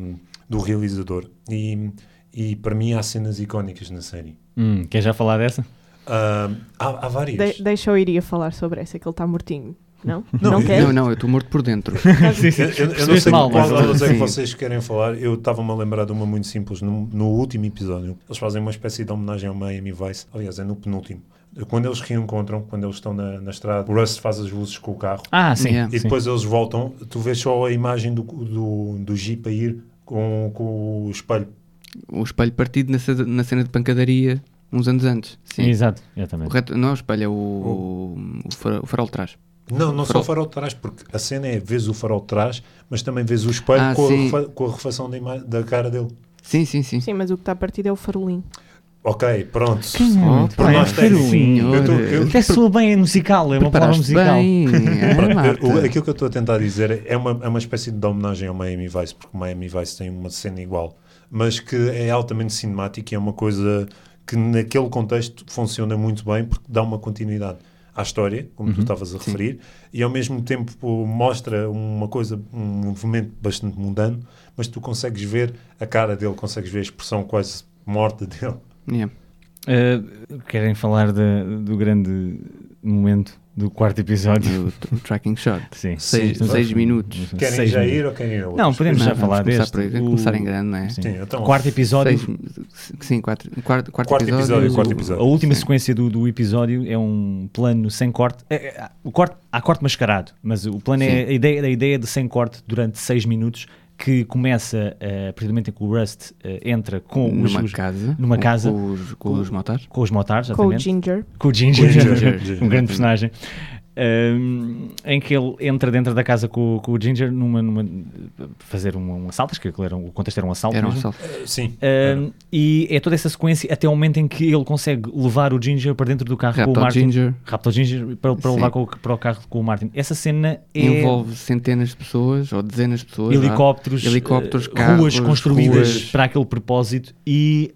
C: do realizador e, e para mim há cenas icónicas na série.
A: Hum, quer já falar dessa?
C: Ah, há, há várias.
E: De- deixa eu iria falar sobre essa, que ele está mortinho. Não?
C: Não, eu-
E: quer?
B: Não, não, eu estou morto por dentro.
A: sim, sim.
C: Eu, eu- eu não
A: Percebeste
C: sei
A: mal,
C: qual
A: mas-
C: delas é que
B: Sim.
C: vocês querem falar. Eu estava-me a lembrar de uma muito simples. No, no último episódio, eles fazem uma espécie de homenagem ao Miami Vice. Aliás, é no penúltimo. Quando eles reencontram, quando eles estão na, na estrada, o Russ faz as luzes com o carro.
A: Ah, sim.
B: Yeah.
C: E
A: sim.
C: depois eles voltam, tu vês só a imagem do, do, do Jeep a ir com, com o espelho.
B: O espelho partido na, ce- na cena de pancadaria uns anos antes. Sim.
A: Exato, exatamente.
B: O reto, não, o espelho é o,
C: Oh.
B: o, fa- o farol de trás.
C: Não, não só
B: Farol.
C: o farol de trás, porque a cena é vês o farol de trás, mas também vês o espelho
B: Ah,
C: com, a
B: sim.
C: refa- com a refação da, ima- da cara dele.
B: Sim, sim, sim.
E: Sim, mas o que está partido é o farolinho.
C: Ok, pronto.
B: é Muito
C: por nós tem
A: Farolinho.
B: senhor.
C: Eu tô- eu-
A: Até soa bem musical, é uma palavra
B: Preparaste
A: musical.
B: bem. é,
C: Pronto,
B: Marta.
C: eu- aquilo que eu estou a tentar dizer é uma, é uma espécie de homenagem ao Miami Vice, porque o Miami Vice tem uma cena igual, mas que é altamente cinemática e é uma coisa que naquele contexto funciona muito bem porque dá uma continuidade à história, como
A: Uhum.
C: tu estavas a referir, e ao mesmo tempo pô, mostra uma coisa, um movimento bastante mundano, mas tu consegues ver a cara dele, consegues ver a expressão quase morta dele.
B: Yeah.
A: Ah, querem falar da- do grande momento do quarto episódio?
B: O, o tracking shot.
A: Sim. então
B: Seis,
A: Sim.
B: seis minutos.
C: Querem
A: Seis
C: já
A: minutos.
C: ir ou querem ir a outros?
A: Não, podemos
B: Não,
A: já
B: vamos
A: falar
B: começar
A: deste.
B: por aí, vamos começar em grande, não é?
A: Sim.
C: Sim, então,
A: quarto episódio.
B: Seis, sim, quatro, quarto, quarto,
C: Quarto episódio,
B: o-
C: quarto episódio.
A: A última
B: Sim.
A: sequência do, do episódio é um plano sem corte. É, é, há- o corte. Há corte mascarado, mas o plano é
B: Sim.
A: a ideia, a ideia de sem corte durante 6 minutos, que começa eh, a partir do momento em que o Rust eh, entra com os,
B: Numa
A: os-
B: casa.
A: numa
B: com-
A: casa.
B: Com os, com os motards.
A: com os motards,
E: Com o
A: exatamente.
E: Ginger.
A: com o Ginger,
C: Com o Ginger.
A: um grande personagem, um, em que ele entra dentro da casa com, o- com o Ginger numa, numa- fazer um, um assalto, acho que aquilo era um- o contexto era um assalto.
B: Era um
A: mesmo.
B: assalto.
C: Sim.
A: Um, e é toda essa sequência até o momento em que ele consegue levar o Ginger para dentro do carro com
B: Rapto
A: o
B: ao
A: Martin.
B: Ginger.
A: Rapta o Ginger para, para
B: Sim.
A: levar com o- para o carro com o Martin. Essa cena é
B: Envolve centenas de pessoas ou dezenas de pessoas. vá.
A: helicópteros,
B: Helicópteros,
A: eh,
B: carros,
A: ruas construídas
B: ruas.
A: para aquele propósito e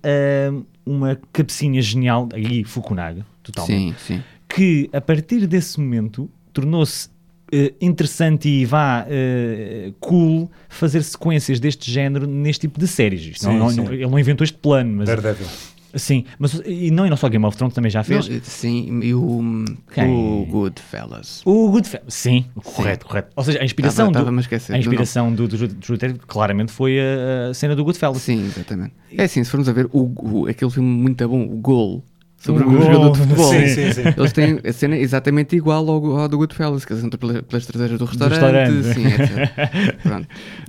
A: um, uma cabecinha genial, aí Fukunaga, totalmente
B: Sim, sim.
A: que a partir desse momento tornou-se eh, interessante e vá eh, cool fazer sequências deste género neste tipo de séries. Isto não-
C: Sim,
A: não-
C: sim.
A: não- ele não inventou este plano, mas
C: Daredevil.
A: sim, mas e não, e não só Game of Thrones também já fez.
B: Não, sim, e o,
A: Quem?
B: o Goodfellas.
A: O Goodfellas, sim, correto, correto. Ou seja, a inspiração
B: Estava- estava-me a
A: do
B: esquecer
A: a
B: do
A: inspiração do, do, Drew- Drew Terry claramente foi a, a cena do Goodfellas.
B: Sim, exatamente. É assim, se formos a ver o, o- aquele filme muito bom, o Gol, sobre
A: O
B: o,
A: Gol.
B: jogador de futebol.
C: Sim, sim, sim.
B: Eles têm a cena exatamente igual ao, ao do Goodfellas, que eles entram pela- pelas traseiras do restaurante.
A: restaurante.
B: Sim, etc. Pronto.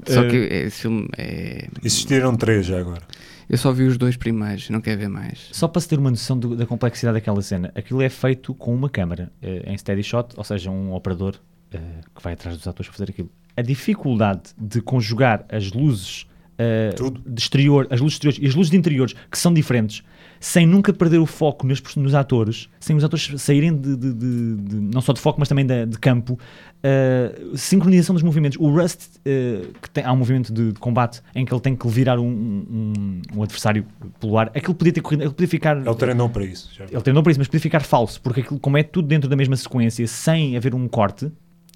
B: Só que esse filme é...
C: Existiram três já agora.
B: Eu só vi os dois primeiros, não quero ver mais.
A: Só para se ter uma noção do- da complexidade daquela cena, aquilo é feito com uma câmara eh, em steady shot, ou seja, um operador eh, que vai atrás dos atores para fazer aquilo. A dificuldade de conjugar as luzes eh,
C: Tudo.
A: de exterior, as luzes exteriores e as luzes de interiores, que são diferentes, sem nunca perder o foco nos, pers- nos atores, sem os atores saírem de, de- de- de- não só de foco, mas também da- de, campo, eh, sincronização dos movimentos. O Rust, eh, que tem- há um movimento de, de combate em que ele tem que virar um, um- um adversário pelo ar, aquilo podia ter corrido, ele podia ficar
C: Ele treinou para isso. Já.
A: ele treinou para isso, mas podia ficar falso, porque aquilo, como é tudo dentro da mesma sequência, sem haver um corte,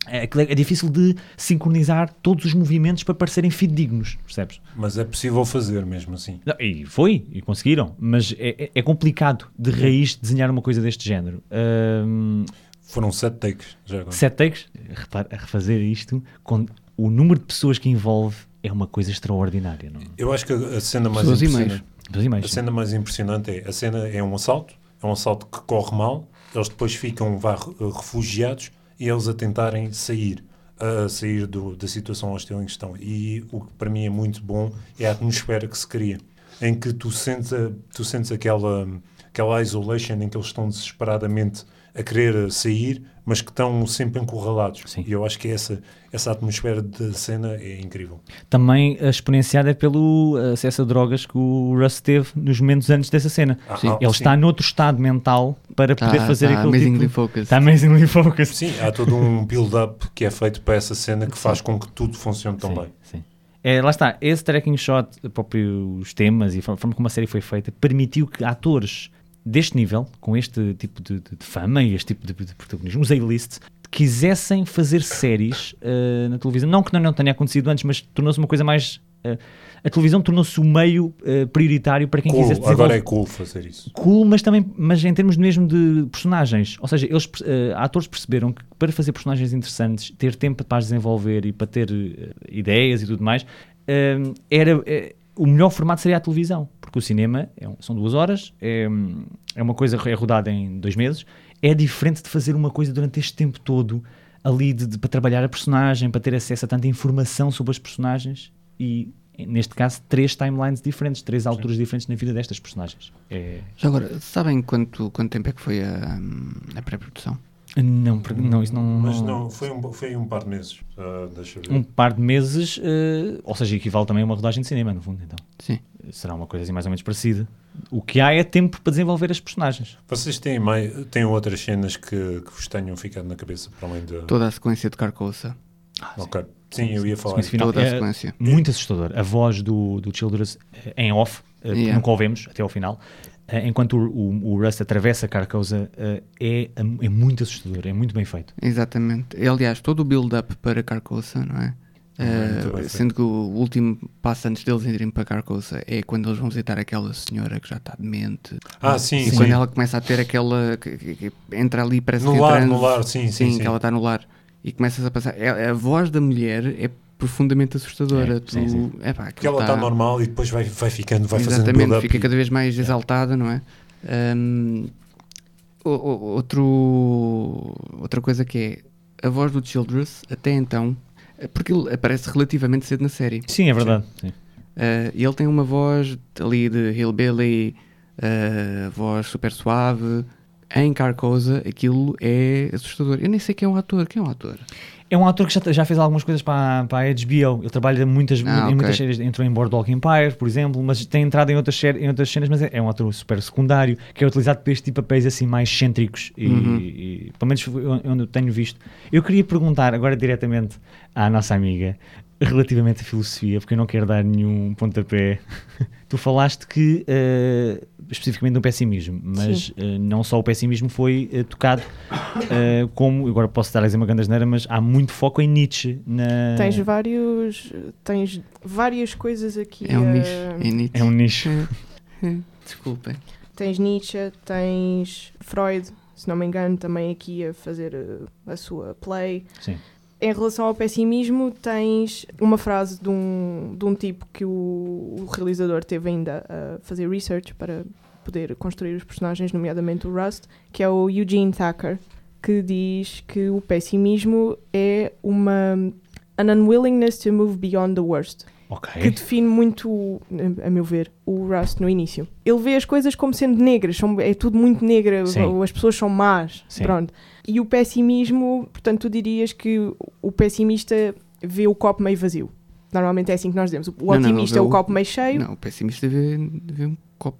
A: é, aquilo é é difícil de sincronizar todos os movimentos para parecerem fidedignos, percebes?
C: Mas é possível fazer mesmo assim.
A: Não, E foi, e conseguiram, mas é, é- é complicado de raiz desenhar uma coisa deste género. Ahm,
C: Foram sete takes, já agora.
A: Sete takes, repara, a refazer isto, com o número de pessoas que envolve é uma coisa extraordinária. Não? é?
C: Eu acho que a a cena mais
B: Pessoas e
C: impressionante-
B: meios.
A: Duas
C: A
A: imagens.
C: cena mais impressionante é a cena é um assalto, é um assalto que corre mal, eles depois ficam vá, re- eh, refugiados e eles a tentarem sair, a sair do- da situação hostil em questão. E o que para mim é muito bom é a atmosfera que se cria, em que tu sentes, a- tu sentes aquela, aquela isolation em que eles estão desesperadamente a querer eh, sair, mas que estão sempre encurralados.
A: Sim.
C: E eu acho que essa, essa atmosfera da cena é incrível.
A: Também eh, exponenciada pelo acesso a drogas que o Russ teve nos momentos antes dessa cena.
C: Ah,
B: Sim,
C: ah,
A: Ele está noutro estado mental para
B: Tá-
A: poder fazer
B: tá
A: aquele
B: amazingly
A: tipo...
B: focused.
A: Está amazingly focused.
C: Sim, há todo um build-up que é feito para essa cena que faz com que tudo funcione tão
A: Sim,
C: bem.
A: sim. É, lá está, esse tracking shot, próprios temas e a forma como a série foi feita, permitiu que atores deste nível, com este tipo de, de- de fama e este tipo de, de protagonismo, os A-list, quisessem fazer séries eh, na televisão. Não que não, não tenha acontecido antes, mas tornou-se uma coisa mais. eh, a televisão tornou-se o meio eh, prioritário para quem quisesse
C: Cool, agora
A: desenvolver
C: é cool fazer isso.
A: cool, mas também mas em termos mesmo de personagens. Ou seja, eles eh, atores perceberam que para fazer personagens interessantes, ter tempo para as desenvolver e para ter eh, ideias e tudo mais, eh, era eh, o melhor formato seria a televisão, porque o cinema é um- são duas horas, é, hum, é uma coisa é rodada em dois meses, é diferente de fazer uma coisa durante este tempo todo ali de- de- para trabalhar a personagem, para ter acesso a tanta informação sobre as personagens e Neste caso, três timelines diferentes, três alturas diferentes na vida destas personagens. É,
B: Já agora, sabem quanto, quanto tempo é que foi a, a pré-produção?
A: Não, per- não, isso não.
C: Mas não, foi um, foi um par de meses. Ah, deixa eu ver.
A: Um par de meses, eh, ou seja, equivale também a uma rodagem de cinema, no fundo, então.
B: Sim.
A: Será uma coisa assim mais ou menos parecida. O que há é tempo para desenvolver as personagens.
C: Vocês têm, mai- têm outras cenas que, que vos tenham ficado na cabeça para além da.
B: Toda a sequência de Carcosa.
C: Ok. Sim, eu ia falar.
A: Sequência
C: isso.
A: final
B: Toda a
A: é
B: sequência.
A: Muito assustador. A voz do, do Childress eh, em off, eh, porque
B: Yeah.
A: nunca ouvemos até ao final. eh, enquanto o, o, o Rust atravessa Carcosa, eh, é, é muito assustador, é muito bem feito.
B: Exatamente. E, Aliás, todo o build-up para Carcosa, não é?
C: Muito
B: Eh,
C: bem feito.
B: sendo que o último passo antes deles irem para Carcosa é quando eles vão visitar aquela senhora que já está demente.
C: Ah, sim,
B: E
C: sim.
B: quando ela começa a ter aquela. Que, que- que entra ali, parece
C: No
B: que em
C: lar,
B: transe.
C: no lar, sim, sim, sim.
B: que ela está no lar. E começas a passar. é- A voz da mulher é profundamente assustadora.
A: É,
B: tu,
A: sim, sim.
B: epá, aquilo
C: Porque ela está
B: tá-
C: normal e depois vai, vai ficando, vai fazendo
B: Exatamente,
C: build-up.
B: fica
C: e-
B: cada vez mais exaltada, não é? Hum, o- o- outro, outra coisa que é a voz do Childress, até então, porque ele aparece relativamente cedo na série.
A: Sim, é verdade. Sim.
B: Ah, e ele tem uma voz ali de hillbilly, ah, voz super suave. Em Carcosa, aquilo é assustador. Eu nem sei quem é um ator. Quem é um ator?
A: É um ator que já, já fez algumas coisas para, a- para a HBO. Ele trabalha muitas,
B: Ah,
A: em
B: ok.
A: muitas séries. Entrou em Boardwalk Empire, por exemplo, mas tem entrado em outras, séri- em outras cenas, mas é, é um ator super secundário, que é utilizado para este tipo de papéis assim mais cêntricos. E,
B: Uhum.
A: e- pelo menos foi onde onde eu tenho visto. Eu queria perguntar agora diretamente à nossa amiga, relativamente à filosofia, porque eu não quero dar nenhum pontapé. tu falaste que, eh, especificamente do pessimismo, mas eh, não só o pessimismo foi eh, tocado Uh, como, agora posso estar a dizer uma grande asneira, mas há muito foco em Nietzsche.
B: É.
A: Na...
E: Tens vários. Tens várias coisas aqui.
B: É um
E: eh,
B: nicho. É nicho. É.
A: É um nicho.
C: um
B: Desculpem.
E: Tens Nietzsche, tens Freud, se não me engano, também aqui a fazer eh, a sua play.
A: Sim.
E: Em relação ao pessimismo, tens uma frase de um, de um tipo que o, o realizador teve ainda a fazer research para poder construir os personagens, nomeadamente o Rust, que é o Eugene Thacker, que diz que o pessimismo é uma an unwillingness to move beyond the worst que
B: É?
A: Ok.
E: define muito, a meu ver, o Rust no início. Ele vê as coisas como sendo negras, são, é tudo muito negra,
A: Sim.
E: ou as pessoas são más,
A: Sim.
E: pronto. E o pessimismo, portanto, tu dirias que o pessimista vê o copo meio vazio. Normalmente é assim que nós dizemos. O
B: não, não,
E: otimista
B: vê
E: é o
B: o-
E: copo meio cheio.
B: Não, o pessimista vê, vê um copo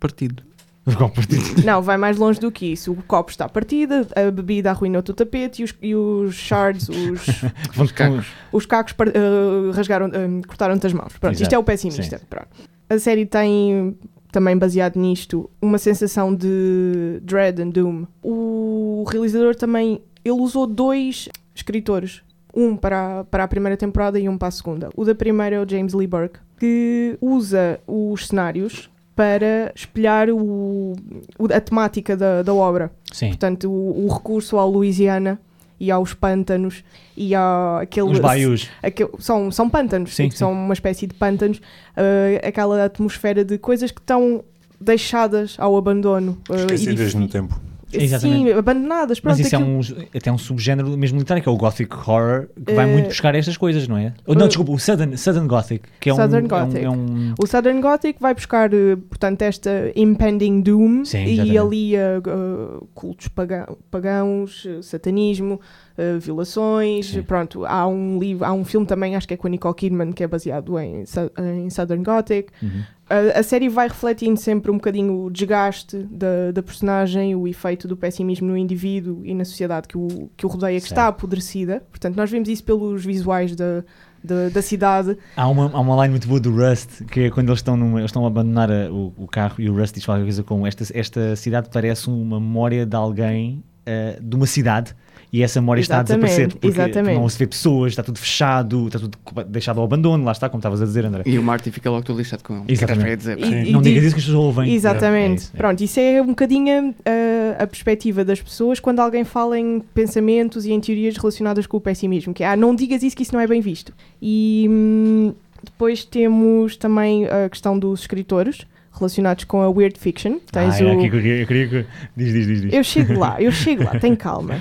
B: partido.
A: Vou compartilhar.
E: Não, vai mais longe do que isso. O copo está partido, a bebida arruinou-te o tapete e os, e os shards, os,
A: Vamos
B: cacos.
E: os cacos par- eh, rasgaram, eh, cortaram-te as mãos. Pronto,
A: Exato,
E: isto é o pessimista. Pronto. A série tem, também baseado nisto, uma sensação de dread and doom. O realizador também, ele usou dois escritores. Um para a, para a primeira temporada e um para a segunda. O da primeira é o James Lee Burke, que usa os cenários para espelhar o, o- a temática da, da obra.
A: Sim.
E: Portanto, o, o recurso à Louisiana e aos pântanos e à aquele
A: Os baius.
E: aquele- É são, são pântanos,
A: Sim,
E: tipo, são uma espécie de pântanos, ah, aquela atmosfera de coisas que estão deixadas ao abandono. ah,
C: Esquecidas
E: edif-
C: no tempo.
E: Sim,
A: Exatamente.
E: abandonadas. Pronto,
A: Mas isso
E: aquilo-
A: é um, até um subgénero mesmo literário, que é o Gothic Horror, que vai
E: Eh,
A: muito buscar estas coisas, não é? Ou,
E: eh,
A: não, desculpa, o Southern, Southern Gothic, que é um.
E: Southern
A: é um-
E: Gothic.
A: É um,
E: O Southern Gothic vai buscar, eh, portanto, esta impending doom
A: Sim,
E: e
A: exatamente.
E: ali eh, eh, cultos paga- pagãos, eh, satanismo, eh, violações.
A: Sim.
E: Pronto, há um livro, há um filme também, acho que é com a Nicole Kidman, que é baseado em, Sou- em Southern Gothic.
A: Uhum.
E: A, a série vai refletindo sempre um bocadinho o desgaste da, da personagem, o efeito do pessimismo no indivíduo e na sociedade que o, que o rodeia, que
A: Certo.
E: está apodrecida. Portanto, nós vemos isso pelos visuais da, da, da cidade.
A: Há uma, há uma line muito boa do Rust, que é quando eles estão, numa- eles estão a abandonar a- o, o carro e o Rust diz qualquer coisa como esta, esta cidade parece uma memória de alguém eh, de uma cidade e essa memória está a
E: Exatamente,
A: desaparecer porque
E: exatamente.
A: não se vê pessoas, está tudo fechado, está tudo deixado ao abandono, lá está, como estavas a dizer, André.
B: E o Marty fica logo todo lixado com ele.
A: Exatamente.
B: O que é que estás a dizer?
E: E-
A: não
E: e
A: digas
E: diz-
A: isso que as pessoas ouvem.
E: Exatamente.
A: É isso, é.
E: Pronto, isso é um bocadinho ah, a perspectiva das pessoas quando alguém fala em pensamentos e em teorias relacionadas com o pessimismo, que é, ah, não digas isso que isso não é bem visto. E hum, depois temos também a questão dos escritores relacionados com a weird fiction. Tens
A: Ah, era
E: o-
A: aqui que eu queria- eu queria que- Diz, diz, diz. diz.
E: eu chego lá, eu chego lá, tem calma.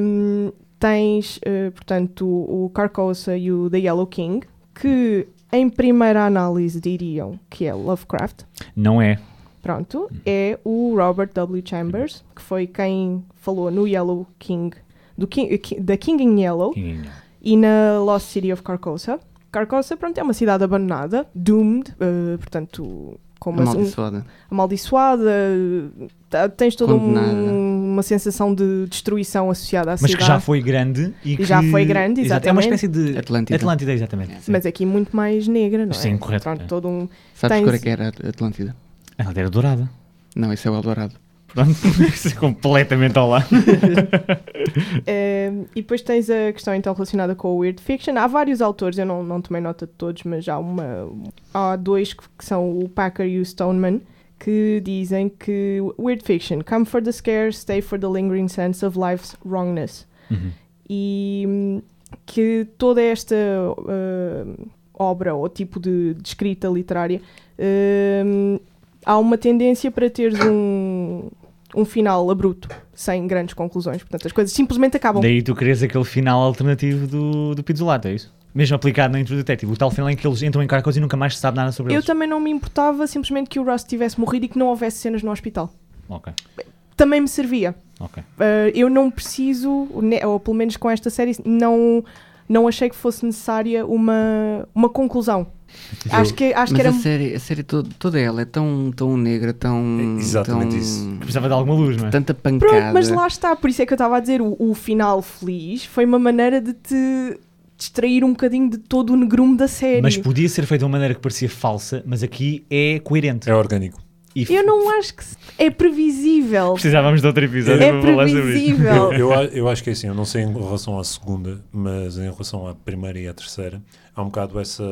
E: Hum, tens, eh, portanto, o Carcosa e o The Yellow King, que em primeira análise diriam que é Lovecraft.
A: Não é.
E: Pronto, é o Robert W. Chambers,
A: Uhum.
E: que foi quem falou no Yellow King, do King, eh, Ki- da King in Yellow, e na Lost City of Carcosa. Carcosa, pronto, é uma cidade abandonada, doomed, eh, portanto, com uma, um,
B: Amaldiçoada.
E: amaldiçoada, tá- tens toda um-
B: Condenada.
E: uma sensação de destruição associada à
A: Mas
E: cidade.
A: que já foi grande e que...
E: já foi grande,
A: Exato, É uma
E: exatamente.
A: espécie de...
B: Atlântida.
A: Atlântida, exatamente. Sim.
E: Mas é aqui muito mais negra, não é?
A: Sim, correto,
E: Pronto,
A: é.
E: todo um...
B: Sabes
E: Tens-
B: que cor é que era a Atlântida?
A: Ela era dourada.
B: Não, isso é o Eldorado.
A: Pronto, isso é completamente ao lado.
E: Eh, e depois tens a questão então relacionada com o Weird Fiction. Há vários autores, eu não, não tomei nota de todos, mas há, uma, há dois que que são o Packer e o Stoneman, que dizem que Weird Fiction, come for the scare, stay for the lingering sense of life's wrongness. e hum, que toda esta hum, obra ou tipo de, de escrita literária hum, há uma tendência para teres um, um final abrupto, sem grandes conclusões. Portanto, as coisas simplesmente acabam.
A: Daí tu querias aquele final alternativo do, do Pizzolato, é isso? Mesmo aplicado na Intro Detective, o tal final em que eles entram em carcos e nunca mais se sabe nada sobre
E: Eu
A: eles.
E: também não me importava simplesmente que o Russ tivesse morrido e que não houvesse cenas no hospital.
A: Ok,
E: Também me servia.
A: ok.
E: Uh, eu não preciso, ne- ou pelo menos com esta série, não, não achei que fosse necessária uma, uma conclusão. Acho que, acho que
B: Mas
E: era
B: a série, a série toda, toda ela é tão, tão negra, tão.
C: É exatamente
B: tão-
C: isso.
A: Precisava de alguma luz, não é?
B: Tanta pancada.
E: Pronto, mas lá está, por isso é que eu estava a dizer, o, o final feliz foi uma maneira de te distrair um bocadinho de todo o negrume da série.
A: Mas podia ser feito de uma maneira que parecia falsa, mas aqui é coerente.
C: É orgânico.
A: E
E: Eu não acho que se- é previsível.
A: Precisávamos de outro episódio
E: É
A: para falar sobre isso.
C: Eu,
E: previsível.
C: eu, a- eu acho que é assim, eu não sei em relação à segunda, mas em relação à primeira e à terceira, há um bocado essa,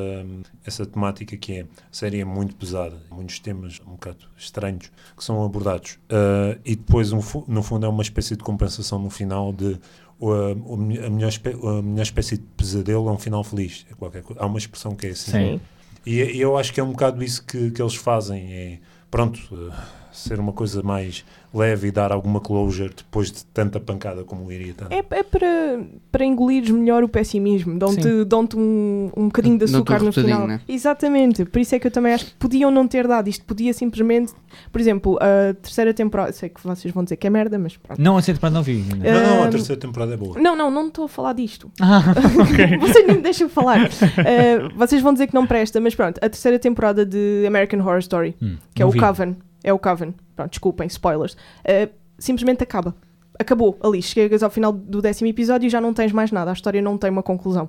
C: essa temática que é, a série é muito pesada, muitos temas um bocado estranhos que são abordados. Ah, e depois, um fu- no fundo, é uma espécie de compensação no final de o- a, o me- a melhor, espé- a melhor espécie de pesadelo é um final feliz. É qualquer coisa. Há uma expressão que é assim.
A: Sim.
C: E, e eu acho que é um bocado isso que, que eles fazem. É, pronto, eh, ser uma coisa mais leve e dar alguma closure depois de tanta pancada como iria estar.
E: É, é para, para engolires melhor o pessimismo. Dão-te
A: Sim.
E: dão um, um bocadinho de
B: Dão-te um
E: açúcar no
B: repousadinho,
E: final.
B: né?
E: Exatamente. Por isso é que eu também acho que podiam não ter dado. Isto podia simplesmente. Por exemplo, a terceira temporada. Sei que vocês vão dizer que é merda, mas pronto.
A: Não, aceito para não ouvir. ainda.
C: Não, não, a
E: Ahm,
C: terceira temporada é boa.
E: Não, não, não estou a falar disto.
A: Ah,
E: vocês nem me deixam falar. Eh, vocês vão dizer que não presta, mas pronto. A terceira temporada de American Horror Story,
A: hum,
E: que é
A: não
E: o
A: vi.
E: Coven. É o Coven. Pronto, desculpem, spoilers. Eh, simplesmente acaba. Acabou ali. Chegas ao final do décimo episódio e já não tens mais nada. A história não tem uma conclusão.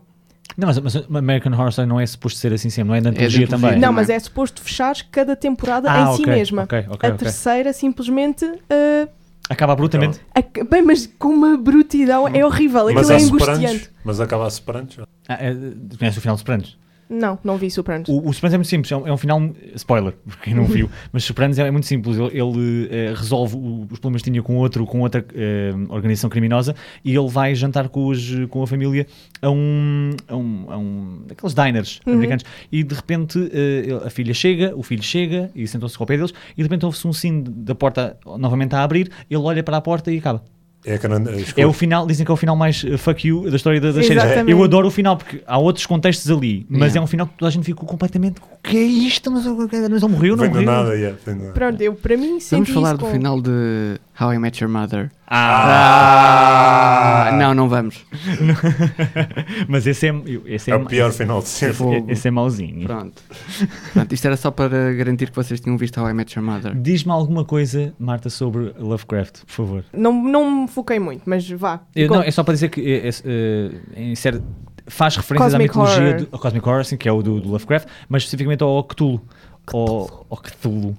A: Não, mas, mas American Horror Story não é suposto ser assim sempre, não é da antologia
B: antologia.
A: também.
B: É,
E: não,
B: também.
E: mas é suposto fechar cada temporada
A: Ah,
E: é em si
A: ok,
E: mesma.
A: ok, ok,
E: a
A: ok.
E: terceira simplesmente. eh,
A: Acaba abruptamente.
E: ac- Bem, mas com uma brutidão é horrível, aquilo
C: Mas
E: é
C: há
E: angustiante.
C: separantes, mas acaba a separantes.
A: Ah, é, tu conheces o final de Sopranos?
E: Não, não vi Sopranos.
A: O, o Sopranos é muito simples, é um, é um final. Spoiler, para quem não viu, mas Sopranos é, é muito simples. Ele, ele, eh, resolve o- os problemas que tinha com outro, com outra eh, organização criminosa e ele vai jantar com, os, com a família a um. a um. A um daqueles diners americanos. E de repente eh, ele- a filha chega, o filho chega e sentou-se ao pé deles e de repente ouve-se um sino da porta novamente a abrir, ele olha para a porta e acaba.
C: É, a cananda-
A: É o final, dizem que é o final mais uh, fuck you da história da, das séries.
E: Exatamente.
A: Eu adoro o final porque há outros contextos ali, mas
B: Yeah.
A: é um final que toda a gente ficou completamente. O que é isto? Mas, mas ele morreu, não
C: Vem do
A: morreu?
C: nada, yeah, vem do nada.
E: Pronto, eu para mim
B: Vamos
E: senti
B: falar
E: isso
B: do
E: com-
B: final de How I Met Your Mother.
C: Ah!
B: Ah, não, não vamos.
A: Mas esse é, eu- esse é,
C: É o pior final de sempre.
A: Esse, é- esse é mauzinho.
B: Pronto. Pronto. Isto era só para garantir que vocês tinham visto How I Met Your Mother.
A: Diz-me alguma coisa, Marta, sobre Lovecraft, por favor.
E: Não, não me foquei muito, mas vá.
A: Eu-
E: Com-
A: Não, é só para dizer que é- é- é- em série- faz referências
E: Cosmic
A: à mitologia
E: Horror.
A: do ao Cosmic Horror, sim, que é o do, do Lovecraft, mas especificamente ao Cthulhu. Ao, ao Cthulhu.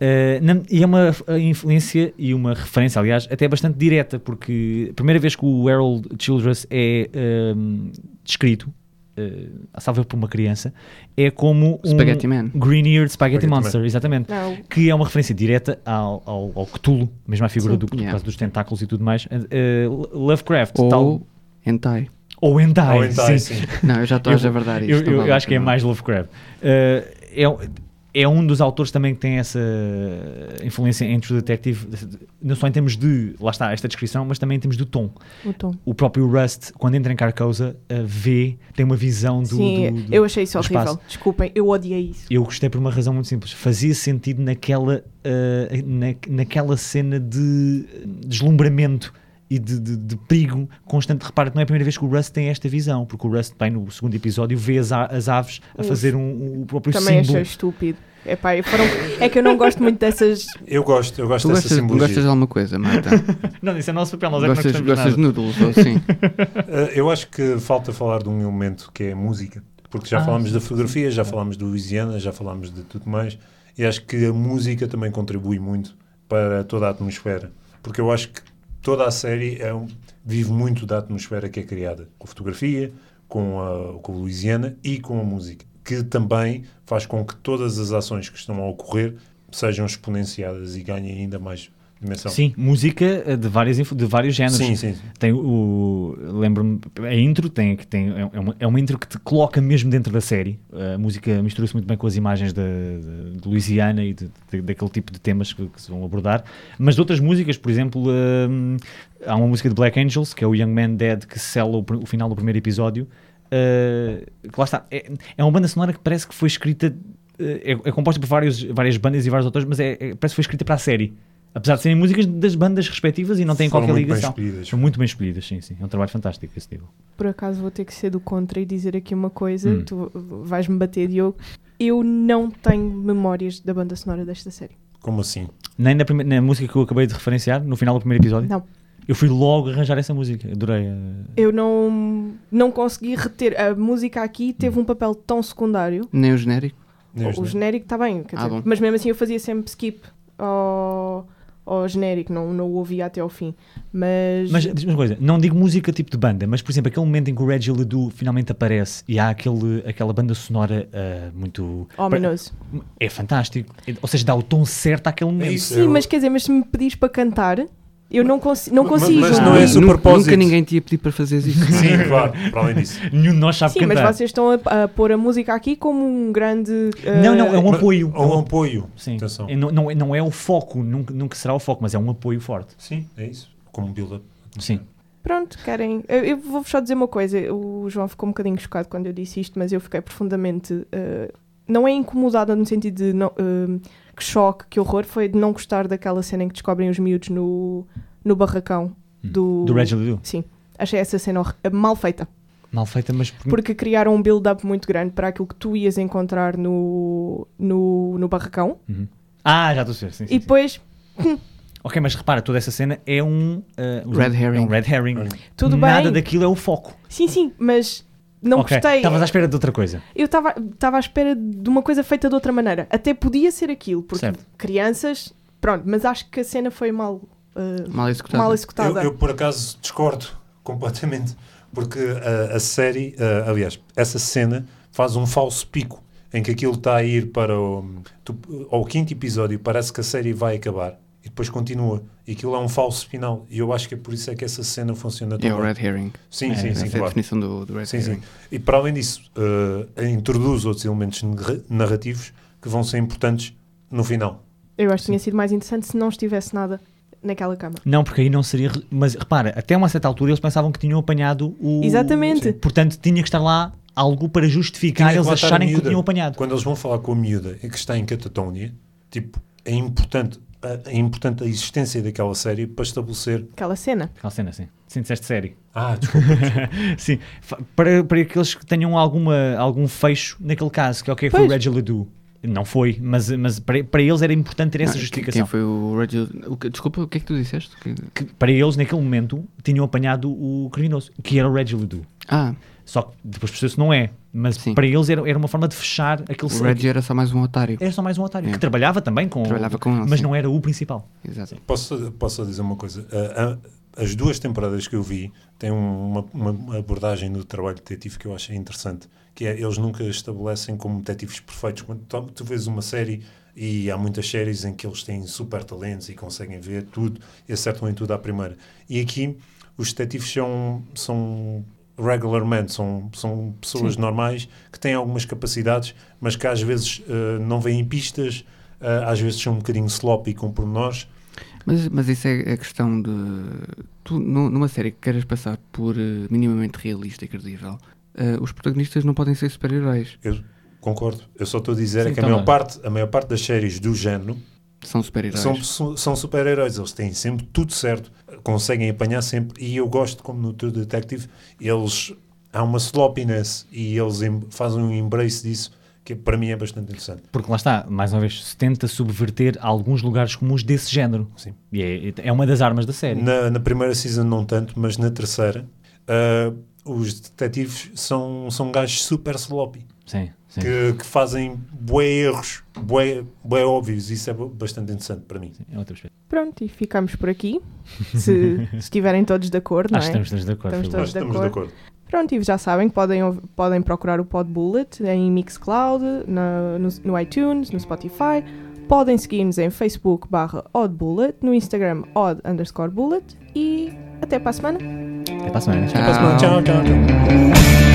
A: Eh, na- e é uma eh, influência e uma referência, aliás, até bastante direta, porque a primeira vez que o Harold Childress é ehm, descrito, eh, salvo por uma criança, é como um
B: Spaghetti Man.
A: Green-Eared Spaghetti,
C: Spaghetti Man.
A: Monster, exatamente
E: Não,
A: que é uma referência direta ao, ao, ao Cthulhu, mesmo à figura
E: Sim.
A: do, do
B: Yeah.
A: caso dos tentáculos e tudo mais. Eh, eh, Lovecraft, tal,
B: Ou Hentai.
A: ou Hentai.
C: Ou hentai,
A: sim.
C: sim.
B: Não, eu já estou a
A: Eu-
B: javardar isto.
A: Eu,
B: não
A: eu- eu
B: vale,
A: acho que é
B: não.
A: mais Lovecraft. Eh, é, é um dos autores também que tem essa influência em True Detective, não só em termos de, lá está, esta descrição, mas também em termos do tom.
E: o tom.
A: O próprio Rust, quando entra em Carcosa, eh, vê, tem uma visão do.
E: Sim,
A: do- do-
E: eu achei isso
A: do
E: horrível.
A: espaço.
E: Desculpem, eu odiei isso.
A: Eu gostei por uma razão muito simples. Fazia sentido naquela, ah, na- naquela cena de deslumbramento e de, de- de perigo constante. Repara que não é a primeira vez que o Rust tem esta visão, porque o Rust, bem no segundo episódio, vê as, a- as aves a
E: Uf.
A: fazer um- o próprio
E: Também achei
A: símbolo.
E: estúpido. Epá, eu foram... é que eu não gosto muito dessas.
C: Eu gosto, eu gosto
B: Tu
C: dessa
B: gostas,
C: simbologia.
B: gostas de alguma coisa, Marta?
A: Não, isso é nosso papel, nós é que não
B: gostas
A: gostamos de
B: gostas de
A: nada.
B: noodles, ou sim?
C: Eh, eu acho que falta falar de um elemento que é a música, porque já
A: Ah,
C: falámos
A: sim,
C: da fotografia, já falámos do Louisiana, já falámos de tudo mais, e acho que a música também contribui muito para toda a atmosfera, porque eu acho que toda a série é um- vive muito da atmosfera que é criada, com a fotografia, com a, com a Louisiana e com a música, que também faz com que todas as ações que estão a ocorrer sejam exponenciadas e ganhem ainda mais dimensão.
A: Sim, música ah, de, várias, influ- de vários géneros.
C: sim, sim. sim.
A: Tem o. Lembro-me. A intro tem, que tem, é, uma, é uma intro que te coloca mesmo dentro da série. A música mistura-se muito bem com as imagens da- de, de Louisiana e de- de- daquele tipo de temas que, que se vão abordar. Mas de outras músicas, por exemplo, hum, há uma música de Black Angels, que é o Young Man Dead, que sela o, pr- o final do primeiro episódio. Uh, que lá está. É, é uma banda sonora que parece que foi escrita. uh, É, é composta por vários, várias bandas e vários autores, mas é, é- parece que foi escrita para a série. Apesar de serem músicas das bandas respectivas e não têm
C: Foram
A: qualquer
C: muito bem
A: ligação.
C: escolhidas.
A: São muito bem escolhidas, sim, sim. É um trabalho fantástico esse nível.
E: Por acaso vou ter que ser do contra e dizer aqui uma coisa.
A: Hum.
E: Tu vais-me bater, Diogo. Eu não tenho memórias da banda sonora desta série.
C: Como assim?
A: Nem na, prime- na música que eu acabei de referenciar, no final do primeiro
C: Hum.
A: episódio,
E: Não.
A: eu fui logo arranjar essa música. Adorei. uh,
E: Eu não, não consegui reter. A música aqui teve um papel tão secundário.
B: Nem o genérico?
C: Deus,
E: o
C: né?
E: genérico está bem, quer
B: Ah,
E: dizer,
B: bom.
E: mas mesmo assim eu fazia sempre skip ao, ao genérico, não, não o ouvia até ao fim. Mas,
A: Mas diz-me uma coisa, não digo música tipo de banda, mas por exemplo, aquele momento em que o Reggie Ledoux finalmente aparece e há aquele, aquela banda sonora uh, muito.
E: ominoso.
A: É fantástico. É- Ou seja, dá o tom certo àquele momento.
C: É isso.
E: Sim,
C: Eu-
E: mas quer dizer, mas se me pedires para cantar, eu não, consi não
C: Mas-
E: consigo.
C: mas não é
B: Nu-
C: esse o propósito.
B: Nunca ninguém te ia pedir para fazer isso.
C: Sim, claro, para além disso.
A: Nenhum de nós sabe
E: Sim, mas
A: cantar.
E: vocês estão a, a pôr a música aqui como um grande. eh,
A: Não, não, é um
C: Mas-
A: apoio.
C: Ou um apoio.
A: Sim.
C: Atenção.
A: É, não, não, é- não é o foco, nunca, nunca será o foco, mas é um apoio forte.
C: Sim, é isso. Como build-up.
A: Sim.
E: Pronto, querem. Eu, eu vou-vos só dizer uma coisa. O João ficou um bocadinho chocado quando eu disse isto, mas eu fiquei profundamente. eh, não é incomodada no sentido de não- eh, que choque, que horror, foi de não gostar daquela cena em que descobrem os miúdos no, no barracão do.
A: Hum. Do Reggie Ledoux.
E: Sim. Achei essa cena hor- eh, mal feita.
A: Mal feita, mas por-
E: Porque criaram um build-up muito grande para aquilo que tu ias encontrar no, no, no barracão.
A: Ah, já estou a ver. Sim, sim,
E: E
A: sim.
E: depois,
A: Ok, mas repara, toda essa cena é um. ah, um-
B: Red herring.
A: é um red herring.
E: tudo
A: Nada
E: bem.
A: daquilo é o foco.
E: Sim, sim, mas não
A: Ok,
E: gostei.
A: Estavas à espera de outra coisa.
E: Eu estava à espera de uma coisa feita de outra maneira. Até podia ser aquilo, porque
A: Certo.
E: crianças, pronto, mas acho que a cena foi mal, eh,
B: Mal executado. É
E: mal
C: Eu,
E: executada.
C: eu, por acaso, discordo completamente. Porque a, a série, ah, aliás, essa cena faz um falso pico em que aquilo está a ir para o, tu- ao quinto episódio, parece que a série vai acabar e depois continua. E aquilo é um falso final. E eu acho que é por isso é que essa cena funciona tão
B: É o
C: bem.
B: Red Herring.
C: Sim,
B: é,
C: sim, sim,
B: essa é a
C: claro.
B: definição do, do Red
C: Sim,
B: Herring.
C: sim. E para além disso, eh, introduz outros elementos narra- narrativos que vão ser importantes no final.
E: Eu acho que tinha sido mais interessante se não estivesse nada naquela cama.
A: Não, porque aí não seria. re- Mas repara, até uma certa altura eles pensavam que tinham apanhado o.
E: Exatamente.
A: Sim. Portanto, tinha que estar lá algo para justificar
C: Tinha é que matar
A: eles
C: a
A: acharem que o
C: miúda.
A: tinham apanhado.
C: Quando eles vão falar com a miúda e que está em Catatónia, tipo, é importante, é é importante a existência daquela série para estabelecer.
E: Aquela cena.
A: Aquela cena, sim. Sim, disseste série.
C: Ah, desculpa.
A: Sim. Fa- Para, para aqueles que tenham alguma, algum fecho naquele caso, que ok, foi o
E: Pois.
A: Reggie Ledoux. Não foi, mas, mas para, para eles era importante
C: é
A: ter essa
B: Não,
A: justificação.
B: Ah, Quem foi o Reginald... o que- Desculpa, o que é que tu disseste? Que-
A: Que para eles, naquele momento, tinham apanhado o criminoso, que era o Reggie Ledoux.
B: Ah,
A: Só que depois percebeu-se não é. Mas
B: Sim.
A: para eles era, era uma forma de fechar aquele
B: o Reggie era só mais um otário.
A: Era só mais um otário.
B: É.
A: Que trabalhava também com.
B: Trabalhava com ele,
A: Mas
B: sim.
A: não era o principal.
C: é.
B: Exato.
C: posso, posso dizer uma coisa? Ah, ah, as duas temporadas que eu vi têm um- uma, uma abordagem do trabalho detetive que eu achei interessante, que é eles nunca estabelecem como detetives perfeitos. Quando to- tu vês uma série e há muitas séries em que eles têm super talentos e conseguem ver tudo e acertam em tudo à primeira. E aqui os detetives são, são regular men, são, são pessoas normais que têm algumas capacidades, mas que às vezes ah, não veem pistas, ah, às vezes são um bocadinho sloppy com pormenores.
B: Mas, mas isso é a questão de. Tu, nu- numa série que queiras passar por eh, minimamente realista e credível, eh, os protagonistas não podem ser super-heróis.
C: Eu concordo. Eu só estou a dizer
A: Sim,
C: é que a
A: também.
C: maior, parte, a maior parte das séries do género
B: São super-heróis.
C: são, su- são super-heróis. Eles têm sempre tudo certo, conseguem apanhar sempre. E eu gosto como no True Detective eles há uma sloppiness e eles em- fazem um embrace disso que para mim é bastante interessante.
A: Porque lá está, mais uma vez, se tenta subverter alguns lugares comuns desse género.
C: Sim.
A: E é, é uma das armas da série.
C: Na, na primeira season não tanto, mas na terceira ah, os detetives são, são gajos super sloppy.
A: Sim, sim.
C: Que, que fazem bué erros, bué, bué óbvios, isso é bastante interessante para mim.
A: É outra perspectiva.
E: Pronto, e ficamos por aqui. Se estiverem todos de acordo, não
A: Acho
E: é?
A: que estamos todos de acordo.
E: Estamos
A: Filipe.
E: todos
C: Nós
E: de
C: estamos de
E: acordo.
C: acordo.
E: Pronto, e já sabem que podem, ouv- podem procurar o Pod Bullet em Mixcloud, na- no, no iTunes, no Spotify. Podem seguir-nos em Facebook barra Odd Bullet, no Instagram odd underscore bullet e até para a semana.
A: Até É para a semana.
B: Tchau.
C: Tchau, tchau, tchau.